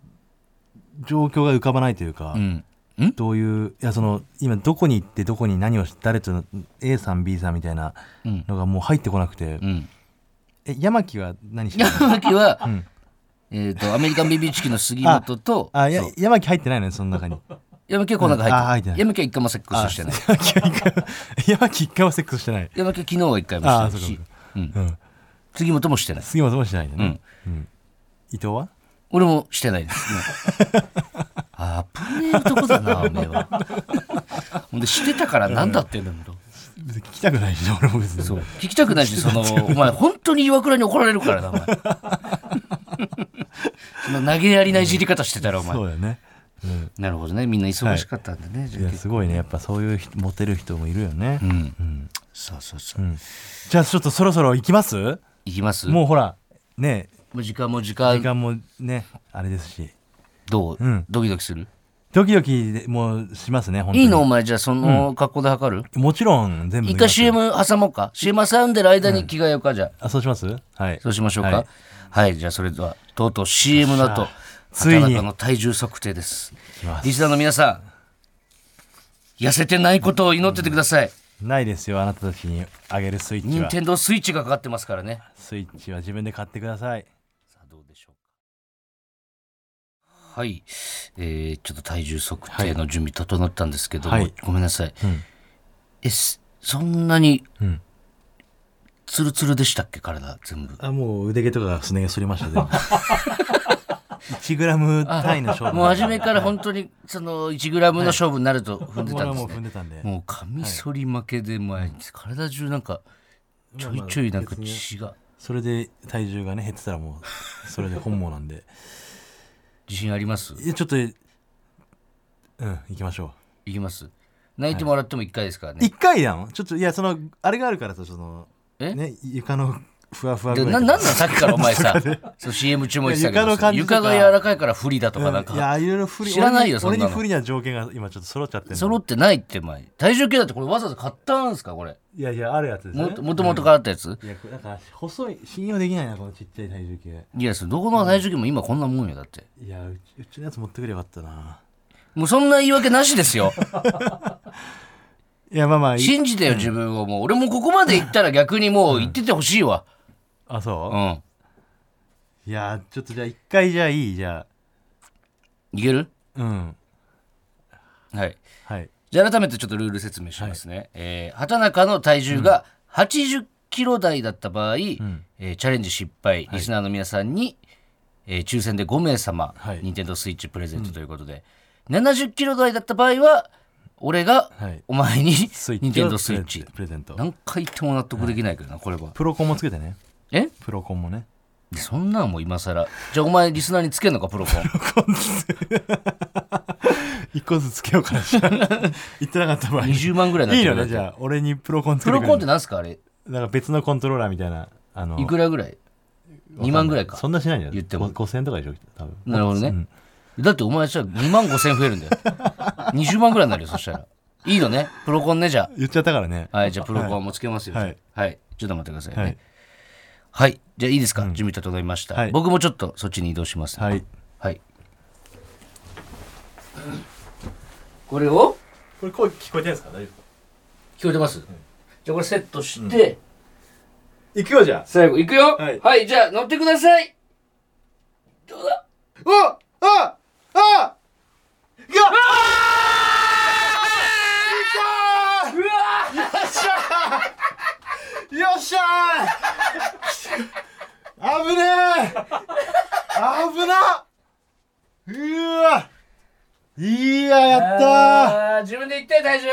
Speaker 3: 状況が浮かばないというか、
Speaker 2: うん
Speaker 3: どういういやその今どこに行ってどこに何をし誰との A さん B さんみたいな
Speaker 2: うん
Speaker 3: のがもう入ってこなくて、
Speaker 2: うん
Speaker 3: え山木は何 してるの
Speaker 2: 山木は、
Speaker 3: ん
Speaker 2: えっ、とアメリカンビビチキの杉本と
Speaker 3: あいや
Speaker 2: そう
Speaker 3: 山木入ってないのねその中 に
Speaker 2: 山木はこの中
Speaker 3: うんあ
Speaker 2: 入っ
Speaker 3: 入ってて
Speaker 2: る
Speaker 3: ない
Speaker 2: 山木は一回もセックスしてない
Speaker 3: 山木は一回も山木一回もセックスしてない
Speaker 2: 山木は昨日は一回も
Speaker 3: ああ
Speaker 2: して
Speaker 3: そう
Speaker 2: ない
Speaker 3: かそう
Speaker 2: し
Speaker 3: か、
Speaker 2: うん、
Speaker 3: うん
Speaker 2: 杉本もしてない
Speaker 3: 杉本もしてないんだね、うん伊藤は
Speaker 2: 俺もしてないです、 ね、あぶねえとこだなおめえはほんでしてたから何だってんだもん
Speaker 3: 別に聞きたくないし俺も別に
Speaker 2: そう聞きたくないしそのお前本当に岩倉に怒られるからなお 前その投げやりないじり方してたらお前
Speaker 3: そうだよね、うん、
Speaker 2: なるほどねみんな忙しかったんでね、じゃ
Speaker 3: い
Speaker 2: あ
Speaker 3: やすごいねやっぱそういう人モテる人もいるよね、
Speaker 2: うん、そうそうそう、
Speaker 3: じゃあちょっとそろそろ行きます
Speaker 2: いきます
Speaker 3: もうほらね
Speaker 2: もう時間も時
Speaker 3: 時
Speaker 2: 間
Speaker 3: 間もねあれですし
Speaker 2: どう、
Speaker 3: うん
Speaker 2: ドキドキする
Speaker 3: ドキドキでもうしますね本当に
Speaker 2: いいのお前じゃあその格好で測る、
Speaker 3: もちろん全部
Speaker 2: 一
Speaker 3: 脱ぎま
Speaker 2: 回 CM
Speaker 3: すよ
Speaker 2: 挟もうか CM 挟んでる間に着替えようかじゃあ
Speaker 3: あそうしますはい
Speaker 2: そうしましょうかは、
Speaker 3: はい
Speaker 2: じゃあそれではとうとう CM だと
Speaker 3: よっしゃついに
Speaker 2: 畑中の体重測定です
Speaker 3: ます
Speaker 2: リスナーの皆さん痩せてないことを祈っててください、
Speaker 3: ないですよあなたたちにあげるスイッチ
Speaker 2: 任
Speaker 3: は
Speaker 2: 天堂スイッチがかかってますからね
Speaker 3: スイッチは自分で買ってください
Speaker 2: さあどうでしょうかはい、えー、ちょっと体重測定の準備整ったんですけども、
Speaker 3: はい
Speaker 2: ごめんなさい、
Speaker 3: ん
Speaker 2: えすそんなに
Speaker 3: うん
Speaker 2: ツルツルでしたっけ体全部
Speaker 3: あもう腕毛とかすね毛剃りました全部 1グラム単位の勝負
Speaker 2: もう初めから本当にその1グラムの勝負になると踏んでたんで
Speaker 3: も
Speaker 2: すね、
Speaker 3: う踏んでたんで
Speaker 2: もうカミソリ負けで前に体中なんかちょいちょいなんか血が
Speaker 3: それで体重がね減ってたらもうそれで本望な んで
Speaker 2: 自信あります
Speaker 3: いやちょっとうん行きましょ
Speaker 2: いきます泣いてもらっても1回ですから
Speaker 3: う
Speaker 2: ね
Speaker 3: 一、回なのちょっといやそのあれがあるからさその
Speaker 2: え
Speaker 3: ね床のふわふわ
Speaker 2: で
Speaker 3: ぐ
Speaker 2: な
Speaker 3: ら
Speaker 2: ないんなんさっきからお前 さそう CM 中も言ってたけどさ
Speaker 3: い
Speaker 2: 床
Speaker 3: や床の感じと
Speaker 2: が
Speaker 3: か
Speaker 2: 柔らかいから不利だとかなん
Speaker 3: い
Speaker 2: か
Speaker 3: やいろいろ不利
Speaker 2: 知らないよそん
Speaker 3: 俺
Speaker 2: なの
Speaker 3: に俺に不利な条件が今ちょっと揃っちゃってる
Speaker 2: 揃ってないって前体重計だってこれわざわざ買ったんですかこれ
Speaker 3: いやいやあるやつですね
Speaker 2: もともともと買ったやつ
Speaker 3: いやこれなんか細い信用できないなこのちっちゃい体重計
Speaker 2: いやそれどこの体重計も今こんなもんよだって
Speaker 3: いやうちうちのやつ持ってくればよかったな
Speaker 2: もうそんな言い訳なしですよ
Speaker 3: いやまあまあい
Speaker 2: 信じてよ自分をもう俺もここまで行ったら逆にもう行っててほしいわ
Speaker 3: あ
Speaker 2: う
Speaker 3: そ
Speaker 2: ん
Speaker 3: ういやちょっとじゃあ一回じゃあいいじゃ
Speaker 2: いける
Speaker 3: あうん
Speaker 2: はい
Speaker 3: はい
Speaker 2: じゃあ改めてちょっとルール説明しますね、えー畑中の体重が80キロ台だった場合、えーチャレンジ失敗、リスナーの皆さんに、えー抽選で5名様、
Speaker 3: はい
Speaker 2: 任天堂スイッチプレゼントということで、70キロ台だった場合は俺が
Speaker 3: はい
Speaker 2: お前に、
Speaker 3: スイッチ
Speaker 2: 任天堂スイッチ
Speaker 3: プレゼント
Speaker 2: 何回言っても納得できないけどな、これは
Speaker 3: プロコンもつけてね
Speaker 2: え
Speaker 3: プロコンもね
Speaker 2: でそんなんもう今更じゃあお前リスナーにつけんのかプロコン
Speaker 3: 一個ずつつけよう かなじゃあ言ってなかった場合
Speaker 2: 20万ぐらいになっ
Speaker 3: い
Speaker 2: て
Speaker 3: い
Speaker 2: る
Speaker 3: よ
Speaker 2: んだって
Speaker 3: ねじゃあ俺にプロコンつ
Speaker 2: プ
Speaker 3: けて
Speaker 2: ロ
Speaker 3: くれる
Speaker 2: コンってなんすかあれ
Speaker 3: なんか別のコントローラーみたいなあの
Speaker 2: いくらぐらい2万ぐらいか
Speaker 3: そんなしないんじゃない
Speaker 2: 言っても
Speaker 3: 5000円とかでしょ多分
Speaker 2: なるほどね、だってお前さ2万5千増えるん だよ20万ぐらいになるよそしたらいいのねプロコンねじゃ
Speaker 3: 言っちゃったからね
Speaker 2: あはいじゃあプロコンもつけますよ
Speaker 3: は
Speaker 2: はいい、ちょっと待ってくださいね
Speaker 3: は
Speaker 2: はいい、じゃあいいですか、準備整いました、
Speaker 3: はい
Speaker 2: 僕もちょっとそっちに移動します、
Speaker 3: はい
Speaker 2: はい、これを
Speaker 3: これ声聞こえてるんですか大丈
Speaker 2: 聞こえてます、じゃあこれセットして、
Speaker 3: 夫行くよじゃ
Speaker 2: 最後いくよは、
Speaker 3: はいい
Speaker 2: じゃあ乗ってくださいどうだ
Speaker 3: あああ
Speaker 2: うわー
Speaker 3: よっしゃー危ねえ危なうわいややったー
Speaker 2: あー自分で言って体重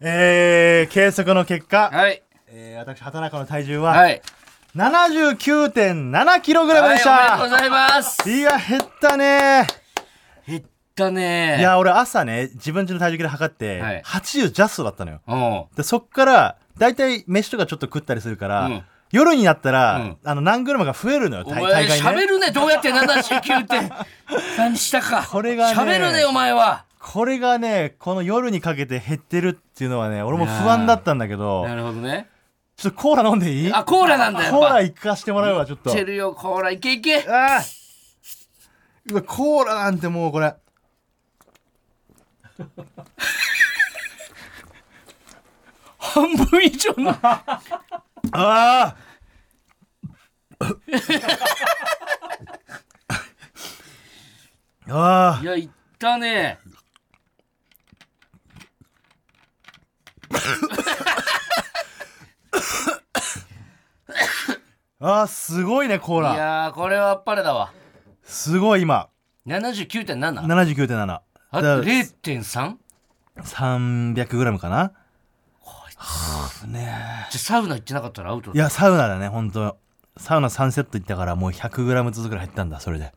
Speaker 3: えー、計測の結果、
Speaker 2: はい
Speaker 3: えー、私畑中の体重は
Speaker 2: はい
Speaker 3: 79.7キログラムでし
Speaker 2: はい、おめでとう
Speaker 3: た、
Speaker 2: ございます
Speaker 3: い、や減ったね
Speaker 2: 減ったね
Speaker 3: ーいや俺朝ね自分家の体重計で測って、
Speaker 2: はい
Speaker 3: 80ジャストだったのよ
Speaker 2: うん
Speaker 3: でそっから大体飯とかちょっと食ったりするから、
Speaker 2: うん
Speaker 3: 夜になったら、
Speaker 2: うん
Speaker 3: あの何車が増えるのよ
Speaker 2: お
Speaker 3: 大
Speaker 2: 前
Speaker 3: 大概ね
Speaker 2: 喋るねどうやって79点 何したか
Speaker 3: これがね
Speaker 2: 喋るねお前は
Speaker 3: これがねこの夜にかけて減ってるっていうのはね俺も不安だったんだけど
Speaker 2: なるほどね
Speaker 3: ちょっとコーラ飲んでいい
Speaker 2: あコーラなんだやっぱ
Speaker 3: コーラ行かしてもらうわちょっと
Speaker 2: チェルよコーラいけいけ
Speaker 3: ああうわコーラなんてもうこれ
Speaker 2: 半分以上 の
Speaker 3: ああ あ
Speaker 2: いやいったね
Speaker 3: あああすごいねコー
Speaker 2: い
Speaker 3: ラ
Speaker 2: やーこれはあっぱれだわ
Speaker 3: すごい今
Speaker 2: 79.7
Speaker 3: 79.7
Speaker 2: あと 0.3?
Speaker 3: 300グラムかな
Speaker 2: じゃサウナ行ってなかったらアウト
Speaker 3: いやサウナだね本当サウナ3セット行ったからもう100グラムずつぐらい減ったんだそれで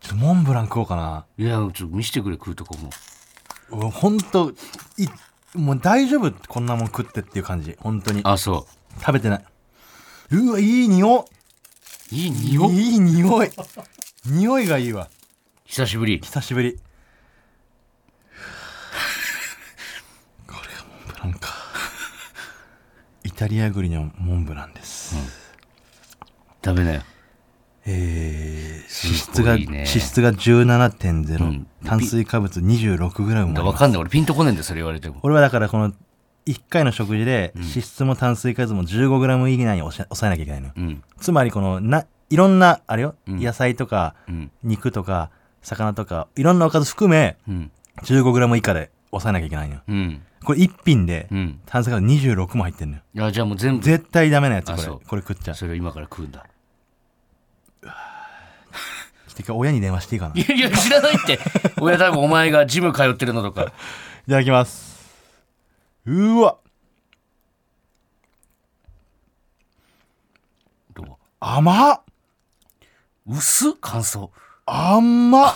Speaker 3: ちょっとモンブラン食おうかない
Speaker 2: やちょっと見してくれ食うとこも
Speaker 3: 俺ほんといもう大丈夫こんなもん食ってっていう感じ本当に
Speaker 2: あそ
Speaker 3: 食べてないうわいい匂
Speaker 2: ういい
Speaker 3: い
Speaker 2: 匂い
Speaker 3: いい匂い匂いがいいわ
Speaker 2: 久しぶり
Speaker 3: 久しぶ りこれがモンブランか イタリア栗のモンブランです、
Speaker 2: 食べなよ
Speaker 3: えー脂
Speaker 2: す
Speaker 3: 質
Speaker 2: ご
Speaker 3: が
Speaker 2: いね
Speaker 3: 脂質が17.0、
Speaker 2: ん
Speaker 3: 炭水化物 26g もあり
Speaker 2: わ
Speaker 3: ます
Speaker 2: かんない俺ピンとこないんだよそれ言われても
Speaker 3: 俺はだからこの1回の食事で脂質も炭水化物も 15g 以内に抑え抑えなきゃいけないのよ
Speaker 2: うん
Speaker 3: つまりこのないろんなあれよ、
Speaker 2: ん
Speaker 3: 野菜とか
Speaker 2: うん
Speaker 3: 肉とか魚とかいろんなおかず含め
Speaker 2: うん
Speaker 3: 15g 以下で抑えなきゃいけないのよ
Speaker 2: うん
Speaker 3: これ1品で
Speaker 2: うん
Speaker 3: 炭水化物26も入ってんのよ
Speaker 2: いやじゃあもう全部
Speaker 3: 絶対ダメなやつ
Speaker 2: あ
Speaker 3: これ
Speaker 2: そう
Speaker 3: これ食っちゃ
Speaker 2: それを今から食うんだ
Speaker 3: うてか親に電話していいかない
Speaker 2: やいや知らないって親多分お前がジム通ってるのとか
Speaker 3: いただきます。うーわ、
Speaker 2: どう
Speaker 3: 甘っ
Speaker 2: 薄っ感想
Speaker 3: 甘っ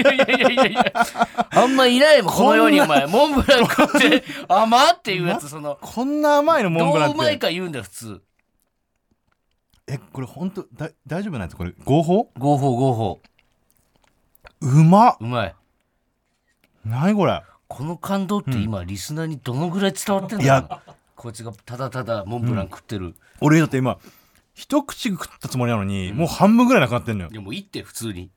Speaker 2: いやいやいやいやいやあんまいないもんこの世にお前モンブラン食って甘っていうやつその
Speaker 3: こんな甘いのモ
Speaker 2: ど
Speaker 3: ンブラ
Speaker 2: う
Speaker 3: ン
Speaker 2: う
Speaker 3: っ
Speaker 2: まい
Speaker 3: て。
Speaker 2: か言うんだよ普通
Speaker 3: え、これほんと、だ、大丈夫なんですかこれ、合法
Speaker 2: 合法合法
Speaker 3: うまっ
Speaker 2: うまい
Speaker 3: なにこれ。
Speaker 2: この感動って今リスナーにどのぐらい伝わってんの
Speaker 3: い
Speaker 2: か
Speaker 3: や
Speaker 2: な、こいつがただただモンブラン食ってる、
Speaker 3: 俺だって今、一口食ったつもりなのに、もう半分ぐらいなくなってんのよ
Speaker 2: い。やもういいって普通に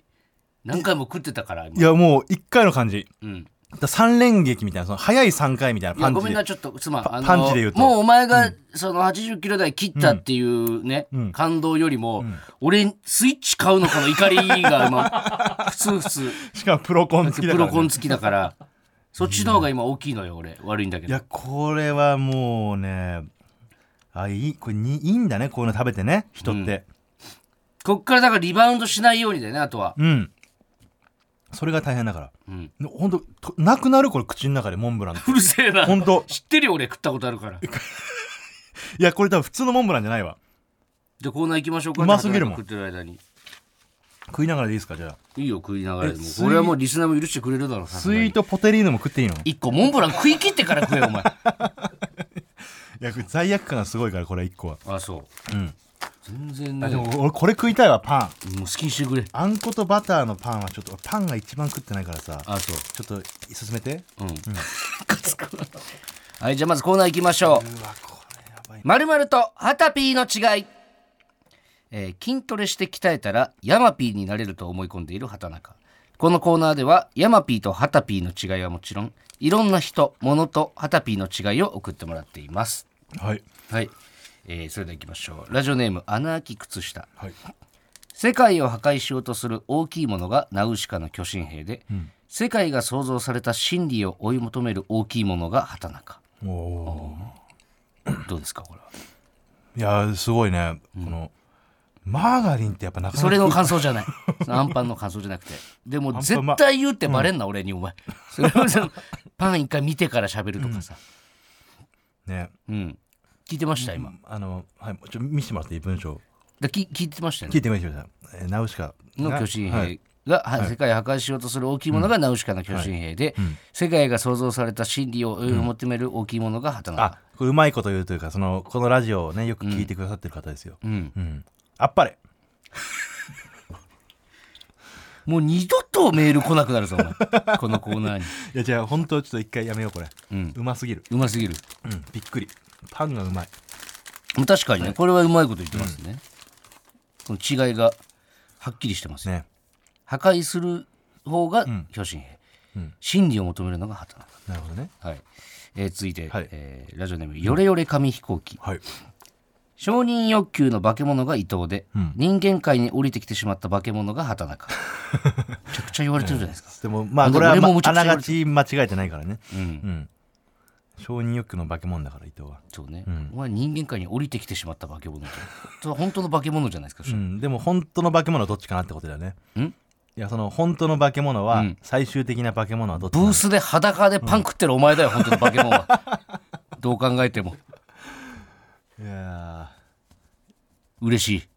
Speaker 2: 何回も食ってたから今
Speaker 3: いや、もう一回の感じ。
Speaker 2: うん、
Speaker 3: だ三連撃みたいな、その、早い三回みた
Speaker 2: い
Speaker 3: いなパ
Speaker 2: や
Speaker 3: ン
Speaker 2: ご
Speaker 3: チ
Speaker 2: めん
Speaker 3: で。
Speaker 2: なちょっとすまんあの
Speaker 3: パンチで言うと
Speaker 2: もうお前がその80キロ台切ったっていうね、
Speaker 3: うん
Speaker 2: 感動よりも、俺スイッチ買うのこの怒りが今 普通普通
Speaker 3: しかもプロコン付きだ
Speaker 2: プロ
Speaker 3: から、ね。
Speaker 2: コン付きだからそっちの方が今大きいのよ俺悪いんだけ
Speaker 3: い
Speaker 2: ど
Speaker 3: や、これはもうね、あ、いい、これに、いいんだね、こういうの食べてね、人って。
Speaker 2: こっからだからリバウンドしないようにだよねあとは、
Speaker 3: うん、それが大変だから。
Speaker 2: うん、
Speaker 3: のほんととなくなるこれ口の中でモンブラン って
Speaker 2: うるせえな
Speaker 3: ほんと
Speaker 2: 知ってるよ俺食ったことあるから
Speaker 3: いやこれ多分普通のモンブランじゃないわ
Speaker 2: じゃあコーナー行きましょうか
Speaker 3: うますぎるもん
Speaker 2: 食ってる間に
Speaker 3: 食いながらでいいですかじゃ
Speaker 2: いいよ食いながらで
Speaker 3: え
Speaker 2: も
Speaker 3: スイ
Speaker 2: これはもうリスナーも許してくれるだろう
Speaker 3: あ
Speaker 2: さす
Speaker 3: ス
Speaker 2: が
Speaker 3: イ
Speaker 2: に
Speaker 3: ートポテリーヌも食っていいのい
Speaker 2: 一個モンブラン食い切ってから食えよお前
Speaker 3: やこれ罪悪感がすごいからこれ1個は
Speaker 2: あそう、
Speaker 3: うん
Speaker 2: 全然
Speaker 3: あ
Speaker 2: ね
Speaker 3: で
Speaker 2: も
Speaker 3: も俺これ食いたいわパ
Speaker 2: う
Speaker 3: ン
Speaker 2: 好きにしてくれ
Speaker 3: あんことバターのパンはちょっとパンが一番食ってないからさ
Speaker 2: あそう
Speaker 3: ちょっと進めて
Speaker 2: うん、 はいじゃあまずコーナー行きましょうまるまるとハタピーの違い、えー筋トレして鍛えたらヤマピーになれると思い込んでいる畑中このコーナーではヤマピーとハタピーの違いはもちろんいろんな人物とハタピーの違いを送ってもらっています
Speaker 3: はい
Speaker 2: はい、えーそれでは行きましょうラジオネーム穴あき靴下
Speaker 3: はい
Speaker 2: 世界を破壊しようとする大きいものがナウシカの巨神兵で、世界が創造された真理を追い求める大きいものが畑中
Speaker 3: おお
Speaker 2: どうですかこれは
Speaker 3: ーいやーすごいね、このマーガリンってやっぱなかなか
Speaker 2: それの感想じ ゃないそのアンパンの感想じゃなくてでも
Speaker 3: ン
Speaker 2: 絶
Speaker 3: パンま
Speaker 2: 対言うってバレんな、俺にお前それはそのパン一回見てから喋るとかさ、
Speaker 3: ね
Speaker 2: うん聞いてました今、
Speaker 3: あのはいちょっと見せてもらっていい文章
Speaker 2: だき聞いてましたよ
Speaker 3: 聞
Speaker 2: ね
Speaker 3: いてみてください、えー、ナウシカ
Speaker 2: の巨神兵
Speaker 3: はい
Speaker 2: が、は世界を破壊しようとする大きいものがナウシカの巨神兵で、世界が創造された真理を追い求める大きいものが旗
Speaker 3: あ
Speaker 2: な
Speaker 3: これうまいこと言うというかそのこのラジオをねよく聞いてくださってる方ですよ、
Speaker 2: の、うん、
Speaker 3: うんあっぱれ
Speaker 2: もう二度とメール来なくなるぞお前 このコーナーに
Speaker 3: いやじゃあ本当ちょっと一回やめようこれ、うますぎる、
Speaker 2: うますぎる
Speaker 3: うん、びっくりパンがうまい
Speaker 2: 確かにねこれはうまいこと言ってますね、この違いがはっきりしてますよ、
Speaker 3: ね
Speaker 2: 破壊する方が巨神兵、真理を求めるのが旗な
Speaker 3: なるほどね
Speaker 2: はいえー続いて、
Speaker 3: はい
Speaker 2: えーラジオネーム「よれよれ紙飛行機」
Speaker 3: はい
Speaker 2: 承認欲求の化け物が伊藤で、
Speaker 3: ん
Speaker 2: 人間界に降りてきてしまった化け物が畑中めちゃくちゃ言われてるじゃないですか、
Speaker 3: でもまあ
Speaker 2: でも
Speaker 3: これは、
Speaker 2: 俺
Speaker 3: ま
Speaker 2: もむち
Speaker 3: あ
Speaker 2: ゃくちゃ
Speaker 3: な
Speaker 2: 言わ
Speaker 3: が
Speaker 2: れ
Speaker 3: ち間違えてないからね
Speaker 2: うん
Speaker 3: うん承認欲求の化け物だから伊藤は
Speaker 2: そうね、
Speaker 3: うん
Speaker 2: お前人間界に降りてきてしまった化け物じゃんそれは本当の化け物じゃないですか、
Speaker 3: うんでも本当の化け物はどっちかなってことだよね
Speaker 2: ん
Speaker 3: いやその本当の化け物
Speaker 2: う
Speaker 3: は
Speaker 2: ん
Speaker 3: 最終的な化け物はどっち
Speaker 2: ブ
Speaker 3: かな
Speaker 2: ースで裸でパン食ってるお前だよ、本当の化け物はどう考えても
Speaker 3: いや
Speaker 2: 嬉しい、
Speaker 3: ー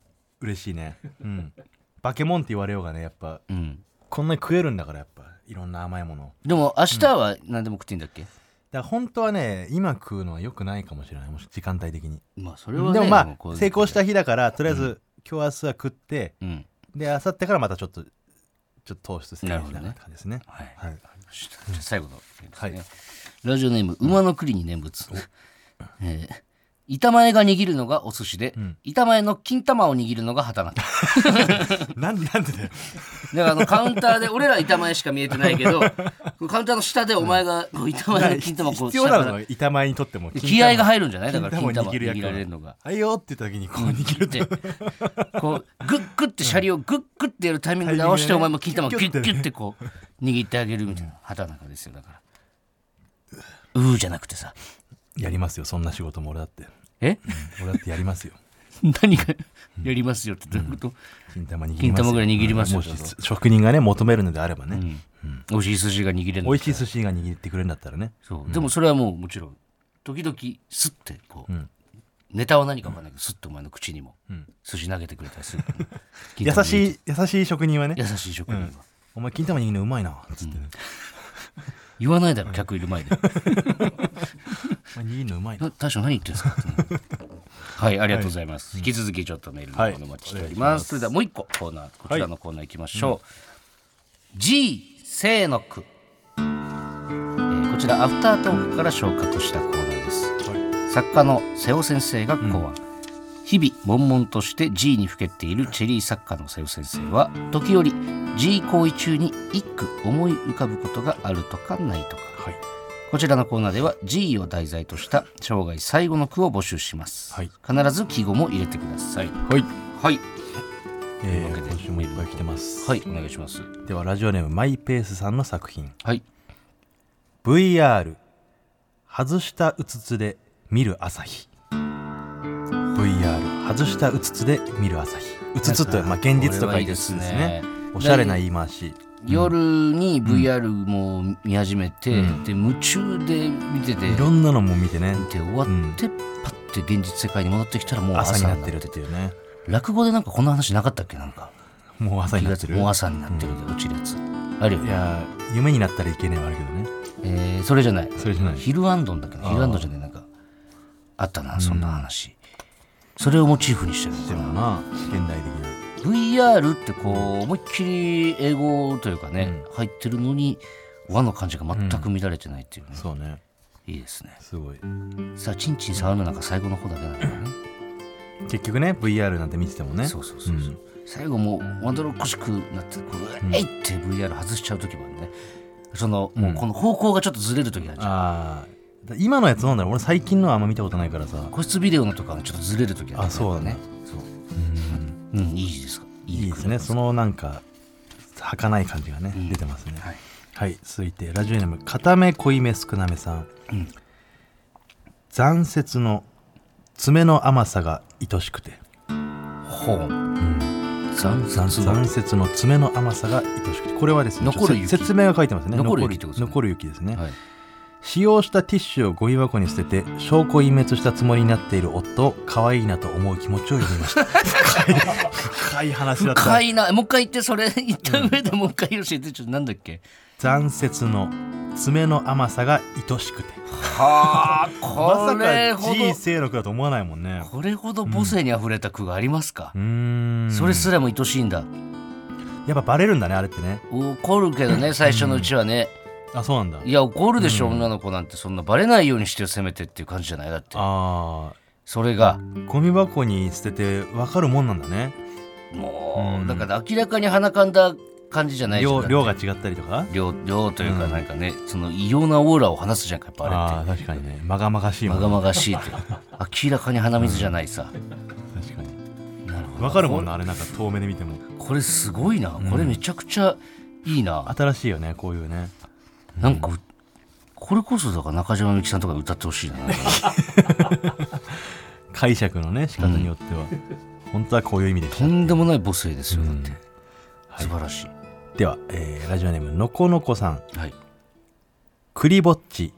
Speaker 3: 嬉しいねうん化け物って言われようがねやっぱ
Speaker 2: うん、
Speaker 3: こんなに食えるんだからやっぱいろんな甘いものを
Speaker 2: でも明日は何でも食っていいんだっけ、
Speaker 3: だから本当はね今食うのは良くないかもしれないもし時間帯的に
Speaker 2: まあそ
Speaker 3: で
Speaker 2: れはね
Speaker 3: もま
Speaker 2: こうい
Speaker 3: あ
Speaker 2: う
Speaker 3: 成功した日だからとりあえず今日明日は食って
Speaker 2: うん
Speaker 3: で明後日からまたちょっとちょっと糖質制
Speaker 2: な
Speaker 3: 限
Speaker 2: るほ
Speaker 3: し
Speaker 2: ど
Speaker 3: な
Speaker 2: ね
Speaker 3: がらって感じですね
Speaker 2: はい
Speaker 3: はい
Speaker 2: ちょっとじゃあ最後の件ですね、
Speaker 3: はい
Speaker 2: ラジオネーム「馬の栗に念仏」えー板前が握るのがお寿司で、
Speaker 3: ん
Speaker 2: 板前の金玉を握るのが旗なんだ。
Speaker 3: なんでなんでだ
Speaker 2: だ
Speaker 3: よ
Speaker 2: からあのカウンターで、俺ら板前しか見えてないけ ど、カウンターの下でお前がこう板前の金玉をこう
Speaker 3: 必要な
Speaker 2: 下か
Speaker 3: の板前にとっても
Speaker 2: ら気合が
Speaker 3: 入
Speaker 2: 入るんじゃないだから金
Speaker 3: 金玉
Speaker 2: 玉
Speaker 3: を握る役
Speaker 2: 握
Speaker 3: 割
Speaker 2: られるのが。
Speaker 3: はいよって言った時にこう握るって
Speaker 2: で、こう、グッグッてシャリをグッグッてやるタイミングで合わせて、
Speaker 3: タイ
Speaker 2: お
Speaker 3: ミ
Speaker 2: 前
Speaker 3: ング
Speaker 2: も
Speaker 3: で
Speaker 2: 金
Speaker 3: ね
Speaker 2: 玉をギュッギ
Speaker 3: ギ
Speaker 2: ュ
Speaker 3: ュ
Speaker 2: ッ
Speaker 3: ッ
Speaker 2: てこう、握ってあげるみたいな旗なんかですよ、だから。うーじゃなくてさ。
Speaker 3: やりますよそんな仕事も俺だって
Speaker 2: え
Speaker 3: 俺だってやりますよ
Speaker 2: 何がやりますよってどういうこと、
Speaker 3: 金玉握りますよ
Speaker 2: 金玉ぐらい握りますよ
Speaker 3: もし職人がね求めるのであればね、
Speaker 2: 美味しい寿司が握れる
Speaker 3: 美味しい寿司が握ってくれるんだったらね
Speaker 2: そう、でもそれはもうもちろん時々スッてこう、ネタは何か分かんないけどスッとお前の口にも寿司投げてくれたりす る、
Speaker 3: 優
Speaker 2: い
Speaker 3: しい優しい職人はね
Speaker 2: 優しい職人は、
Speaker 3: お前金玉握るのうまいなっつってね、
Speaker 2: 言わないだろ客いる前で
Speaker 3: お前握るのうまいな
Speaker 2: な大将何言ってんです かはいありがとうございます、引き続きちょっとメールの方お待ちしております,、それではもう一個コーナーこちらのコーナーいきましょう、G せーのく、えーこちらアフタートークから昇格したコーナーです、作家の瀬尾先生が考案、日々悶々として G にふけっているチェリー作家の瀬尾先生は時折 G 行為中に一句思い浮かぶことがあるとかないとか
Speaker 3: はい
Speaker 2: こちらのコーナーでは G を題材とした生涯最後の句を募集します、
Speaker 3: はい
Speaker 2: 必ず記号も入れてください
Speaker 3: はい、
Speaker 2: はい
Speaker 3: え
Speaker 2: というわけ
Speaker 3: ー、
Speaker 2: で
Speaker 3: 今週もいっぱい来てます、
Speaker 2: はいお願いします
Speaker 3: ではラジオネームマイペースさんの作品
Speaker 2: はい
Speaker 3: VR 外したうつつで見る朝日 VR 外したうつつで見る朝日うつつとはまあ現実と書いてうつつです
Speaker 2: こ
Speaker 3: ね
Speaker 2: れはいいですね
Speaker 3: おしゃれな言い回し
Speaker 2: 夜に VR も見始めて、
Speaker 3: ん
Speaker 2: で夢中で見てて
Speaker 3: いろんなのも見てね
Speaker 2: 見て終わって、パッて現実世界に戻ってきたらもう
Speaker 3: 朝
Speaker 2: 朝
Speaker 3: に
Speaker 2: にな
Speaker 3: なっ
Speaker 2: ってて
Speaker 3: る
Speaker 2: る
Speaker 3: っていうね
Speaker 2: 落語でなんかこんな話なかったっけなんか
Speaker 3: もう朝に
Speaker 2: 気
Speaker 3: な
Speaker 2: が
Speaker 3: って
Speaker 2: つ
Speaker 3: る
Speaker 2: もう朝になってるで落ちるやつ、あるよ
Speaker 3: い
Speaker 2: ね、
Speaker 3: やー夢になったらいけねえはあるけどね
Speaker 2: えーそれじゃない
Speaker 3: それじゃない
Speaker 2: ヒルアンドンだっけどヒルアンドンじゃないなんかあったなそんな話、それをモチーフにしてるの
Speaker 3: で
Speaker 2: かな
Speaker 3: もな現代的
Speaker 2: VR ってこう思いっきり英語というかね、入ってるのに和の感じが全く乱れてないっていうね
Speaker 3: な、そうね
Speaker 2: いいですね
Speaker 3: すごい
Speaker 2: さあチンチン触るのなんか最後の方だけなんだよね
Speaker 3: 結局ね VR なんて見ててもね
Speaker 2: そうそうそうそう、最後もうまどろっこしくなってこう、えいって VR 外しちゃう時もあるねそのもうこの方向がちょっとずれる時あるじゃん、
Speaker 3: あーだ今のやつなんだろう俺最近のはあんま見たことないからさ
Speaker 2: 個室ビデオのとかがちょっとずれる時ある
Speaker 3: あそうなんだ
Speaker 2: ねそううん、いいですかい
Speaker 3: いいですねそのなんか儚い感じがね、出てますね
Speaker 2: は
Speaker 3: はいい、続いてラジオネーム片目濃いめ少なめさん、残雪の爪の甘さが愛しくて
Speaker 2: ほう、残
Speaker 3: 残
Speaker 2: 雪の
Speaker 3: 残雪の爪の甘さが愛しくてこれはですね
Speaker 2: 残る雪
Speaker 3: ちょっと説明が書いてますね
Speaker 2: 残る雪ってことですね
Speaker 3: 残る雪ですね、
Speaker 2: はい
Speaker 3: 使用したティッシュをゴミ箱に捨てて証拠隠滅したつもりになっている夫を可愛いなと思う気持ちを読みました深い深い話だった
Speaker 2: 深いなもう一回言ってそれ言った上でもう一回教えてちょっとなんだっ け
Speaker 3: 残雪の爪の甘さが愛しくて
Speaker 2: はあ
Speaker 3: ま
Speaker 2: こ
Speaker 3: さ
Speaker 2: れ
Speaker 3: か
Speaker 2: ほ
Speaker 3: G
Speaker 2: ど
Speaker 3: 勢力だと思わないもんね
Speaker 2: これほど母性に溢れた句がありますか
Speaker 3: う、ーん
Speaker 2: それすらも愛しいんだ
Speaker 3: やっぱバレるんだねあれってね
Speaker 2: 怒るけどね最初のうちはね、
Speaker 3: あそうなんだ
Speaker 2: いや怒るでしょ、女の子なんてそんなバレないようにしてよせめてっていう感じじゃないだって
Speaker 3: あ
Speaker 2: それが
Speaker 3: ーゴミ箱に捨てて分かるもんなんだね
Speaker 2: もう、
Speaker 3: うん
Speaker 2: だから明らかに鼻かんだ感じじゃないじゃん
Speaker 3: 量量
Speaker 2: だ
Speaker 3: が
Speaker 2: って
Speaker 3: 違ったりとか
Speaker 2: 量量というか
Speaker 3: うん
Speaker 2: なんかね、その異様なオーラを放すじゃんかやっぱあれっ
Speaker 3: ああー確かにねまがまがしい
Speaker 2: て
Speaker 3: も
Speaker 2: ま
Speaker 3: ん
Speaker 2: がまがしいというか明らかに鼻水じゃないさ、
Speaker 3: 確かに
Speaker 2: なるほど
Speaker 3: 分かるもんなあれなんか遠目で見ても
Speaker 2: これすごいな、これめちゃくちゃいいな、
Speaker 3: 新しいよねこういうね
Speaker 2: なんかこれこそだから中島みゆきさんとか歌ってほしいな
Speaker 3: 解釈のね仕方によっては、本当はこういう意味でし
Speaker 2: と
Speaker 3: た
Speaker 2: んでもない母性ですよだって、
Speaker 3: うん
Speaker 2: 素晴らしい、
Speaker 3: では、えーラジオネームのこのこさん
Speaker 2: はい、
Speaker 3: 「クリぼっち」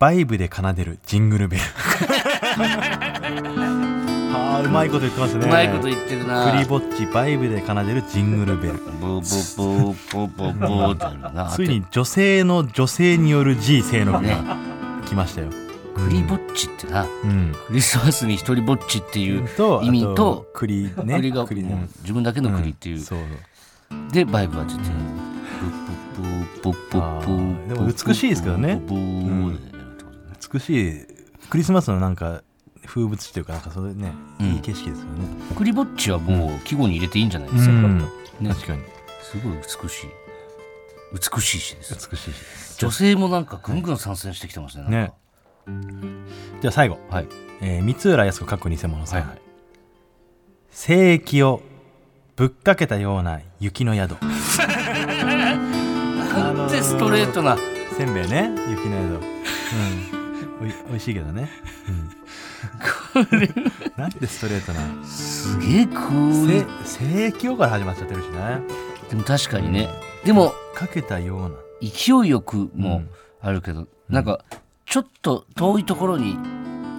Speaker 3: バイブで奏でるジングル ベルはあうまいこと言ってますね
Speaker 2: うまいこと言ってるな
Speaker 3: クリぼっちバイブで奏でるジングルベル
Speaker 2: ブーブーブーブーブーブーってなるな
Speaker 3: ついに女性の女性による G 性能が来ましたよ、
Speaker 2: クリぼっちってな
Speaker 3: うん、
Speaker 2: クリスマスに一人ぼっちっていう
Speaker 3: と
Speaker 2: 意味と
Speaker 3: あと栗ね
Speaker 2: 栗がもう
Speaker 3: ね
Speaker 2: 自分だけの栗っていう、
Speaker 3: そう
Speaker 2: でバイブはちょっとブーブーブーブーブーブーブー
Speaker 3: あーでも美しいですけどね
Speaker 2: ブーブーブーでやるってことね
Speaker 3: 美しいクリスマスのなんか風物詩というかなんかそれね、
Speaker 2: うん
Speaker 3: いい景色ですよね、
Speaker 2: クリぼっちはもう季語に入れていいんじゃないですか、
Speaker 3: うん、
Speaker 2: ね
Speaker 3: 確かに
Speaker 2: すごい美しい美しい詩です
Speaker 3: 美しいです
Speaker 2: 女性もなんかぐんぐん参戦してきてますねなんか
Speaker 3: ねじゃあ最後、
Speaker 2: はい
Speaker 3: えー、三浦靖子かっこ偽物さん、
Speaker 2: はいはい
Speaker 3: 聖域をぶっかけたような雪 の宿
Speaker 2: なんてストレートな
Speaker 3: せんべいね雪の宿うんおいおいしいけどね、うん、なんでストレートな
Speaker 2: すげえクール
Speaker 3: せ聖域をから始まっちゃってるしね
Speaker 2: でも確かにねでも
Speaker 3: かけたような
Speaker 2: 勢いよくもあるけど、なんかちょっと遠いところに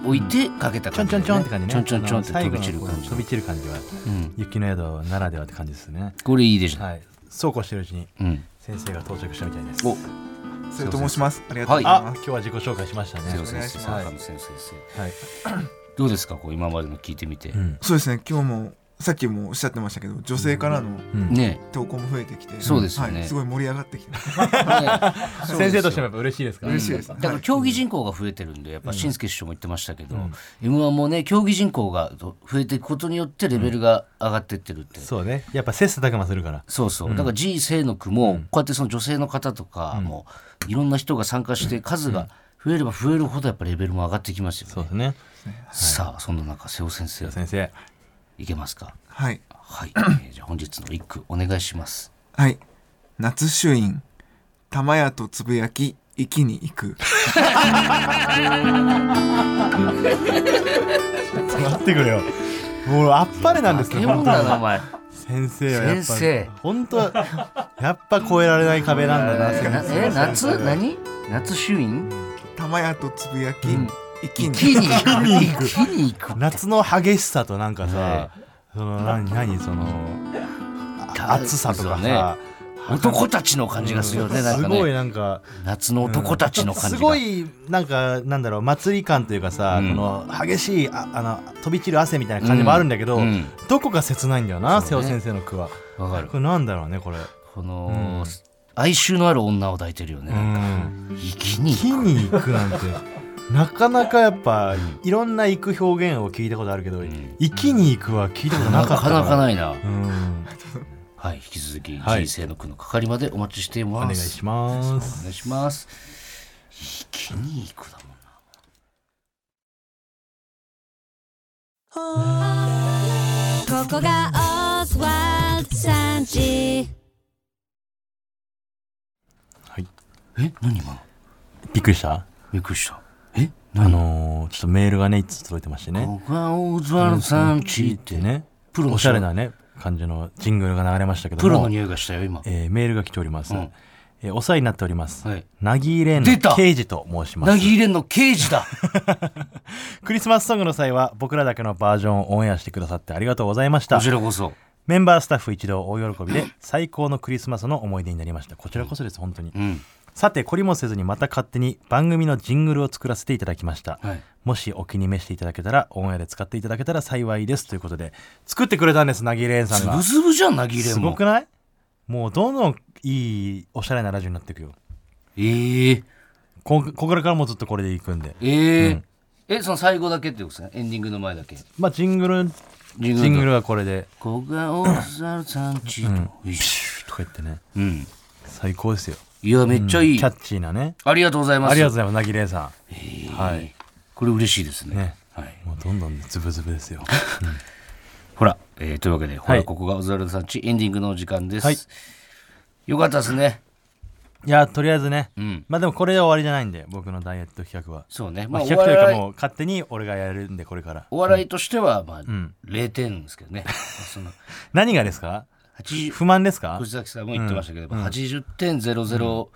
Speaker 2: 置いてかけた
Speaker 3: ちょ
Speaker 2: 感
Speaker 3: ん
Speaker 2: じ
Speaker 3: ちょ
Speaker 2: だ
Speaker 3: ん
Speaker 2: よね、
Speaker 3: ちょんって感じね
Speaker 2: ちょんちょんちょんって
Speaker 3: あの
Speaker 2: 飛び散る
Speaker 3: 最後の
Speaker 2: 感
Speaker 3: こう
Speaker 2: じ
Speaker 3: 飛び散る感じは
Speaker 2: うん、
Speaker 3: 雪の宿ならではって感じですね
Speaker 2: これいいでしょ、
Speaker 3: はいそうこうしてるうちに
Speaker 2: うん、
Speaker 3: 先生が到着したみたいです
Speaker 2: お
Speaker 4: それと申します。ありがとうござい
Speaker 3: あ
Speaker 4: ま
Speaker 3: 今日は自己紹介しましたね
Speaker 2: 瀬尾
Speaker 4: お願
Speaker 2: 先
Speaker 4: いし
Speaker 2: 生
Speaker 4: ます
Speaker 2: 坂野先生
Speaker 3: はい、
Speaker 2: どうですかこう今までの聞いてみて、
Speaker 3: うん
Speaker 4: す。そうですね。今日もさっきもおっしゃってましたけど、女性からの
Speaker 3: うん
Speaker 2: ね
Speaker 4: 投稿も増えてきて、
Speaker 2: そうですよね
Speaker 4: はいすごい盛り上がってきてます。
Speaker 2: えねえ
Speaker 3: 先生としてもやっぱ嬉しいですか
Speaker 4: 嬉しいです。
Speaker 2: だから競技人口が増えてるんでやっぱ新助師匠も言ってましたけど、m 1もね競技人口が増えていくことによってレベルが上がってってるって、
Speaker 3: そうねやっぱ切磋琢磨するから
Speaker 2: そうそう、だから G 生の句も、こうやってその女性の方とかも、いろんな人が参加して数が増えれば増えるほどやっぱレベルも上がってきますよね
Speaker 3: そうですね
Speaker 2: さあそんな中瀬尾先生
Speaker 3: 先生
Speaker 2: いけますか
Speaker 4: はい。
Speaker 2: はい、えーじゃあ本日の一句お願いします
Speaker 4: はい。夏主員、玉屋とつぶやき、生きに行く。
Speaker 3: ちょっと待ってくれよもうあっぱれなんです
Speaker 2: 化け
Speaker 3: よ
Speaker 2: 物
Speaker 3: 本
Speaker 2: だ
Speaker 3: 当
Speaker 2: なお
Speaker 3: に
Speaker 2: 前
Speaker 3: 先生はやっぱ
Speaker 2: 先生
Speaker 3: 本当やっぱ超えられない壁なんだな先
Speaker 2: な
Speaker 3: 生
Speaker 2: え夏何夏衆院
Speaker 4: 玉屋とつぶやき、生き
Speaker 2: 木
Speaker 4: に行
Speaker 2: に行く木に行く
Speaker 3: 夏の激しさとなんかさその何何そのあ暑さとか
Speaker 2: そうね
Speaker 3: さ
Speaker 2: 男たちの感じがするよね、なん
Speaker 3: す
Speaker 2: か
Speaker 3: ごい
Speaker 2: ね
Speaker 3: なんか
Speaker 2: 夏の男たちの感じが、
Speaker 3: すごいなんかなんだろう祭り感というかさ、
Speaker 2: うん
Speaker 3: この激しいああの飛び散る汗みたいな感じもあるんだけど、
Speaker 2: うんうん
Speaker 3: どこか切ないんだよな、瀬
Speaker 2: そう
Speaker 3: 尾
Speaker 2: ね
Speaker 3: 先生の句は
Speaker 2: わかる
Speaker 3: これなんだろうねこれ
Speaker 2: この、哀愁のある女を抱いてるよね、なんか生きに
Speaker 3: 木
Speaker 2: 行く
Speaker 3: に行くなんてなかなかやっぱいろんな行く表現を聞いたことあるけど、
Speaker 2: ん
Speaker 3: 行きに行くは聞いたことな
Speaker 2: な
Speaker 3: かった
Speaker 2: かなか
Speaker 3: い、
Speaker 2: ないな、
Speaker 3: うん、
Speaker 2: はい引き続き
Speaker 3: はい
Speaker 2: 人生の句のかかりまでお待ちしています
Speaker 3: お願いします
Speaker 2: お願いします生きに行くだもんな
Speaker 5: ここがオズワルドさんち
Speaker 2: え何今の
Speaker 3: びっくりした
Speaker 2: びっくりしたえ
Speaker 3: あのーちょっとメールがねいつ届いてましてね
Speaker 2: 僕はオズワルドさんちってね
Speaker 3: ね
Speaker 2: プロの
Speaker 3: おしゃれなね感じのジングルが流れましたけども
Speaker 2: プロの匂いがしたよ今
Speaker 3: えーメールが来ております、
Speaker 2: ん
Speaker 3: えーお世話になっております。
Speaker 2: はい
Speaker 3: なぎれんの
Speaker 2: 出た
Speaker 3: 刑事と申します
Speaker 2: な。ぎ入れんの刑事だ
Speaker 3: クリスマスソングの際は僕らだけのバージョンをオンエアしてくださってありがとうございました
Speaker 2: こ。ちらこそ
Speaker 3: メンバースタッフ一同大喜びで最高のクリスマスの思い出になりました。こちらこそです、本当に。
Speaker 2: うん
Speaker 3: さて、こりもせずにまた勝手に番組のジングルを作らせていただきました。
Speaker 2: はい
Speaker 3: もしお気に召していただけたら、オンエアで使っていただけたら幸いです。ということで、作ってくれたんです、なぎれんさん
Speaker 2: ズ
Speaker 3: が
Speaker 2: ブ。ズブじゃんなぎ入れん
Speaker 3: す
Speaker 2: も
Speaker 3: ごくないもうどんどんいいおしゃれなラジオになっていくよ。
Speaker 2: えー、
Speaker 3: こここからからもずっとこれでいくんで。
Speaker 2: えーえその最後だけってことですねエンディングの前だけ
Speaker 3: まあ、ジングル、
Speaker 2: ジ
Speaker 3: ジング
Speaker 2: ル
Speaker 3: ルはこれで。
Speaker 2: 小顔猿さんちの
Speaker 3: とか言ってね。
Speaker 2: うん
Speaker 3: 最高ですよ。
Speaker 2: いやめっちゃいい、
Speaker 3: キャッチーなね。
Speaker 2: ありがとうございます
Speaker 3: ありがとうございます、なぎれいさん。はい。
Speaker 2: これ嬉しいですね
Speaker 3: ね
Speaker 2: はい、
Speaker 3: もうどんどんズブズブですよ。
Speaker 2: ほら、えーというわけで、ほ
Speaker 3: は
Speaker 2: ら
Speaker 3: い
Speaker 2: ここがオズワルドさんちエンディングのお時間です、
Speaker 3: はい
Speaker 2: よかったですね
Speaker 3: いや、とりあえずね。
Speaker 2: うん
Speaker 3: まあでもこれで終わりじゃないんで、僕のダイエット企画は。
Speaker 2: そうねま
Speaker 3: ま
Speaker 2: あ
Speaker 3: あ
Speaker 2: お
Speaker 3: 企画というか
Speaker 2: 笑い
Speaker 3: もう勝手に俺がやるんで、これから。
Speaker 2: お笑いとしてはまあ、
Speaker 3: ん
Speaker 2: 0点ですけどねその
Speaker 3: 何がですか
Speaker 2: 80
Speaker 3: 不満ですか
Speaker 2: 藤崎さんも言ってましたけど、80.00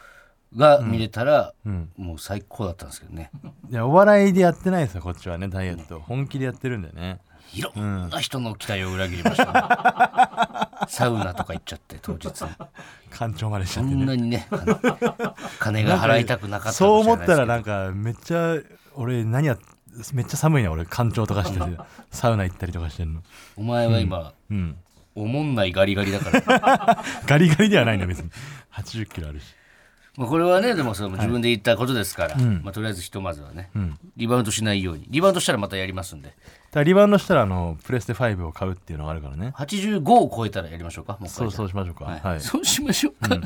Speaker 2: が見れたら、もう最高だったんですけどね
Speaker 3: いや、お笑いでやってないですよ、こっちはね、ダイエット。本気でやってるんだよね。
Speaker 2: いろんな人の期待を裏切りま した、ねサウナとか行っちゃって当日
Speaker 3: 干潮までしちゃ
Speaker 2: こ
Speaker 3: って
Speaker 2: ん
Speaker 3: ね。
Speaker 2: なにね金金が払いたくなかったか
Speaker 3: そ
Speaker 2: も
Speaker 3: う
Speaker 2: し
Speaker 3: 思
Speaker 2: れないですけ
Speaker 3: っ
Speaker 2: ど
Speaker 3: たらなんかめっちゃ俺何やめっちゃ寒いな俺干潮とかしてて サウナ行ったりとかしてんの
Speaker 2: お前は今、
Speaker 3: うん
Speaker 2: おもんないガリガリだから
Speaker 3: ガリガリではないんだ別に80キロあるし
Speaker 2: まあこれはねでもそれも自分で言ったことですから、まあ、とりあえずひとまずはね、リバウンドしないようにリバウンドしたらまたやりますんで
Speaker 3: だからリバウンドしたらあのプレステ5を買うっていうのがあるからね
Speaker 2: 85を超えたらやりましょうかもう一
Speaker 3: そ
Speaker 2: 回
Speaker 3: うそうしましょうか
Speaker 2: はい
Speaker 3: はい、
Speaker 2: そうしましょうか、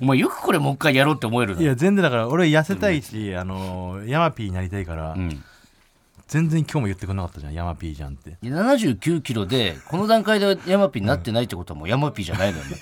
Speaker 2: お前よくこれもう一回やろうって思えるない
Speaker 3: や全然だから俺痩せたいし、あのヤマピーになりたいから、
Speaker 2: ん
Speaker 3: 全然今日も言ってくんなかったじゃんヤマピーじゃんって
Speaker 2: 79キロでこの段階でヤマピーになってないってことはもうヤマピーじゃないのよね、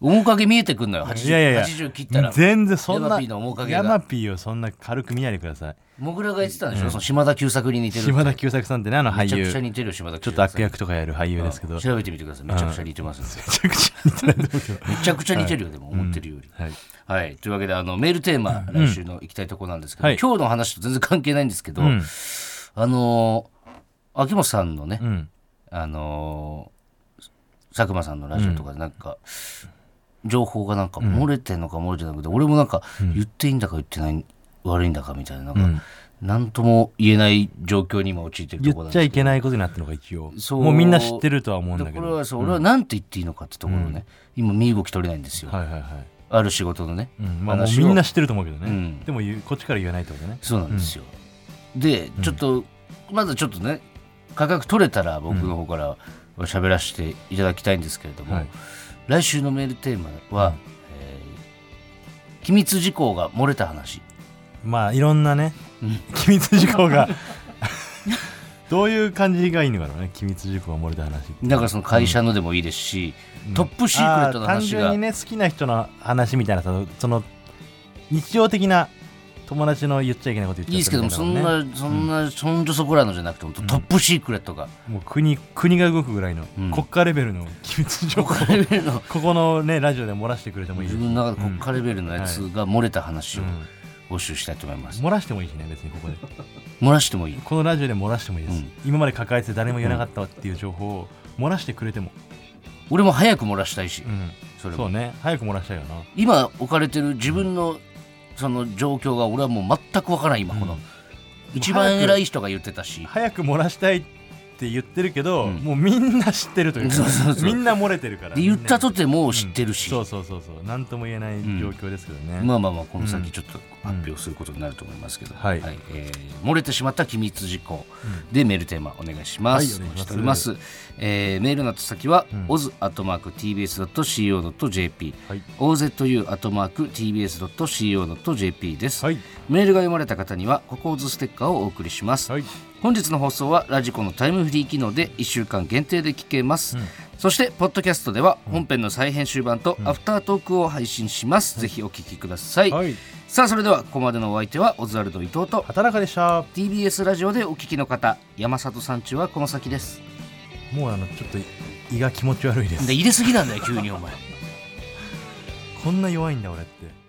Speaker 2: 面影見えてくんのよ 80,
Speaker 3: いやいやいや
Speaker 2: 80切ったら
Speaker 3: 全然そんな
Speaker 2: ヤマピーの面影が
Speaker 3: ヤマピーをそんな軽く見ないでください
Speaker 2: もぐらが言ってたんでしょ、その島田久作に似てる
Speaker 3: 島田久作さんってねあの
Speaker 2: めち
Speaker 3: 俳
Speaker 2: ゃくちゃ
Speaker 3: 優
Speaker 2: 似てるよ島田
Speaker 3: ち
Speaker 2: 久
Speaker 3: ょっと
Speaker 2: 作
Speaker 3: 悪役とかやる俳優ですけど、めち
Speaker 2: 調べてみてくださいめちゃくちゃ似てますんで、
Speaker 3: ゃくちゃ似てないと思うけど
Speaker 2: めちゃくちゃ似てるよ、でも思ってるより、
Speaker 3: はい、
Speaker 2: はい、というわけであのメールテーマ、来週の行きたいとこなんですけど、
Speaker 3: はい
Speaker 2: 今日の話と全然関係ないんですけど、
Speaker 3: ん
Speaker 2: あのー秋元さんのね、
Speaker 3: うん、
Speaker 2: あのー佐久間さんのラジオとかでなんか、情報がなんか漏れてんのか漏れてなくて、俺もなんか言っていいんだか言ってない悪いんだかみたいななんか、なんとも言えない状況に今陥ってるとこ
Speaker 3: 言
Speaker 2: ろなん
Speaker 3: っちゃ
Speaker 2: です
Speaker 3: い
Speaker 2: けど
Speaker 3: けないことになってるのが一応
Speaker 2: そう
Speaker 3: もうみんな知ってるとは思うんだ
Speaker 2: で
Speaker 3: け
Speaker 2: こ
Speaker 3: ど
Speaker 2: れはそう俺は何て言っていいのかってところをね、今身動き取れないんですよ、
Speaker 3: はいはいはい、
Speaker 2: ある仕事のね、
Speaker 3: うんまあ、もう
Speaker 2: 話を
Speaker 3: みんな知ってると思うけどね、
Speaker 2: うん
Speaker 3: でも言うこっちから言えないってことね
Speaker 2: そうなんですよ、でちょっと、まずちょっとね価格取れたら僕の方から喋らせていただきたいんですけれども、
Speaker 3: はい
Speaker 2: 来週のメールテーマは、えー機密事項が漏れた話
Speaker 3: まあいろんなね、機密事項 がどういう感じがいいのかね機密事項が漏れた話って
Speaker 2: だからその会社のでもいいですし、トップシークレットの
Speaker 3: あー単
Speaker 2: 話
Speaker 3: 純
Speaker 2: が、
Speaker 3: にね好きな人の話みたいなさその日常的な友達の言っちゃいけないこと言っ
Speaker 2: いいで
Speaker 3: ち
Speaker 2: す
Speaker 3: ゃ
Speaker 2: け
Speaker 3: っ
Speaker 2: ど
Speaker 3: た
Speaker 2: も
Speaker 3: みた
Speaker 2: そ
Speaker 3: い
Speaker 2: ん
Speaker 3: な
Speaker 2: な、そん
Speaker 3: ね
Speaker 2: なそんじょそこらのじゃなくて本当トップシークレットが、
Speaker 3: もう国国が動くぐらいの、
Speaker 2: うん
Speaker 3: 国家レベルの機密情報
Speaker 2: 国家レベルの
Speaker 3: ここのねラジオで漏らしてくれてもいいで
Speaker 2: 自分
Speaker 3: す
Speaker 2: の中で国家レベルのやつが漏れた話を
Speaker 3: うん
Speaker 2: 募集したいと思います、
Speaker 3: 漏らしてもいいしね別にここで
Speaker 2: 漏らしてもいい
Speaker 3: このラジオで漏らしてもいいです、
Speaker 2: うん
Speaker 3: 今まで抱えてて誰も言えなかったっていう情報を漏らしてくれても、
Speaker 2: 俺も早く漏らしたいし、
Speaker 3: うん
Speaker 2: それも
Speaker 3: そうね早く漏らしたいよな
Speaker 2: 今置かれてる自分のその状況が俺はもう全く分からない今この、一番偉い人が言ってたし
Speaker 3: 早く漏らしたいって言ってるけど、
Speaker 2: ん
Speaker 3: もうみんな知ってるというか
Speaker 2: そうそうそう
Speaker 3: みんな漏れてるから
Speaker 2: で言ったと
Speaker 3: みんな
Speaker 2: てもう知ってるし、
Speaker 3: そうそうそうそう何とも言えない状況ですけどね、
Speaker 2: まあまあまあこの先ちょっと発表することになると思いますけど、
Speaker 3: うんはい
Speaker 2: えー漏れてしまった機密事項でメールテーマお願いします。
Speaker 3: はいお
Speaker 2: お待ち
Speaker 3: 願いします
Speaker 2: しておりますえーメールの宛先は、oz.tbs.co.jp、
Speaker 3: はい
Speaker 2: ozu.tbs.co.jp です、
Speaker 3: はい
Speaker 2: メールが読まれた方にはココーズステッカーをお送りします、
Speaker 3: はい
Speaker 2: 本日の放送はラジコのタイムフリー機能で1週間限定で聞けます、そしてポッドキャストでは本編の再編集版とアフタートークを配信します、ぜひお聞きください、
Speaker 3: はい
Speaker 2: さあそれではここまでのお相手はオズワルド伊藤と
Speaker 3: 畑中でした
Speaker 2: TBS ラジオでお聞きの方山里さんちはこの先です
Speaker 3: もうあのちょっと胃が気持ち悪いです
Speaker 2: で入れすぎなんだよ急にお前
Speaker 3: こんな弱いんだ俺って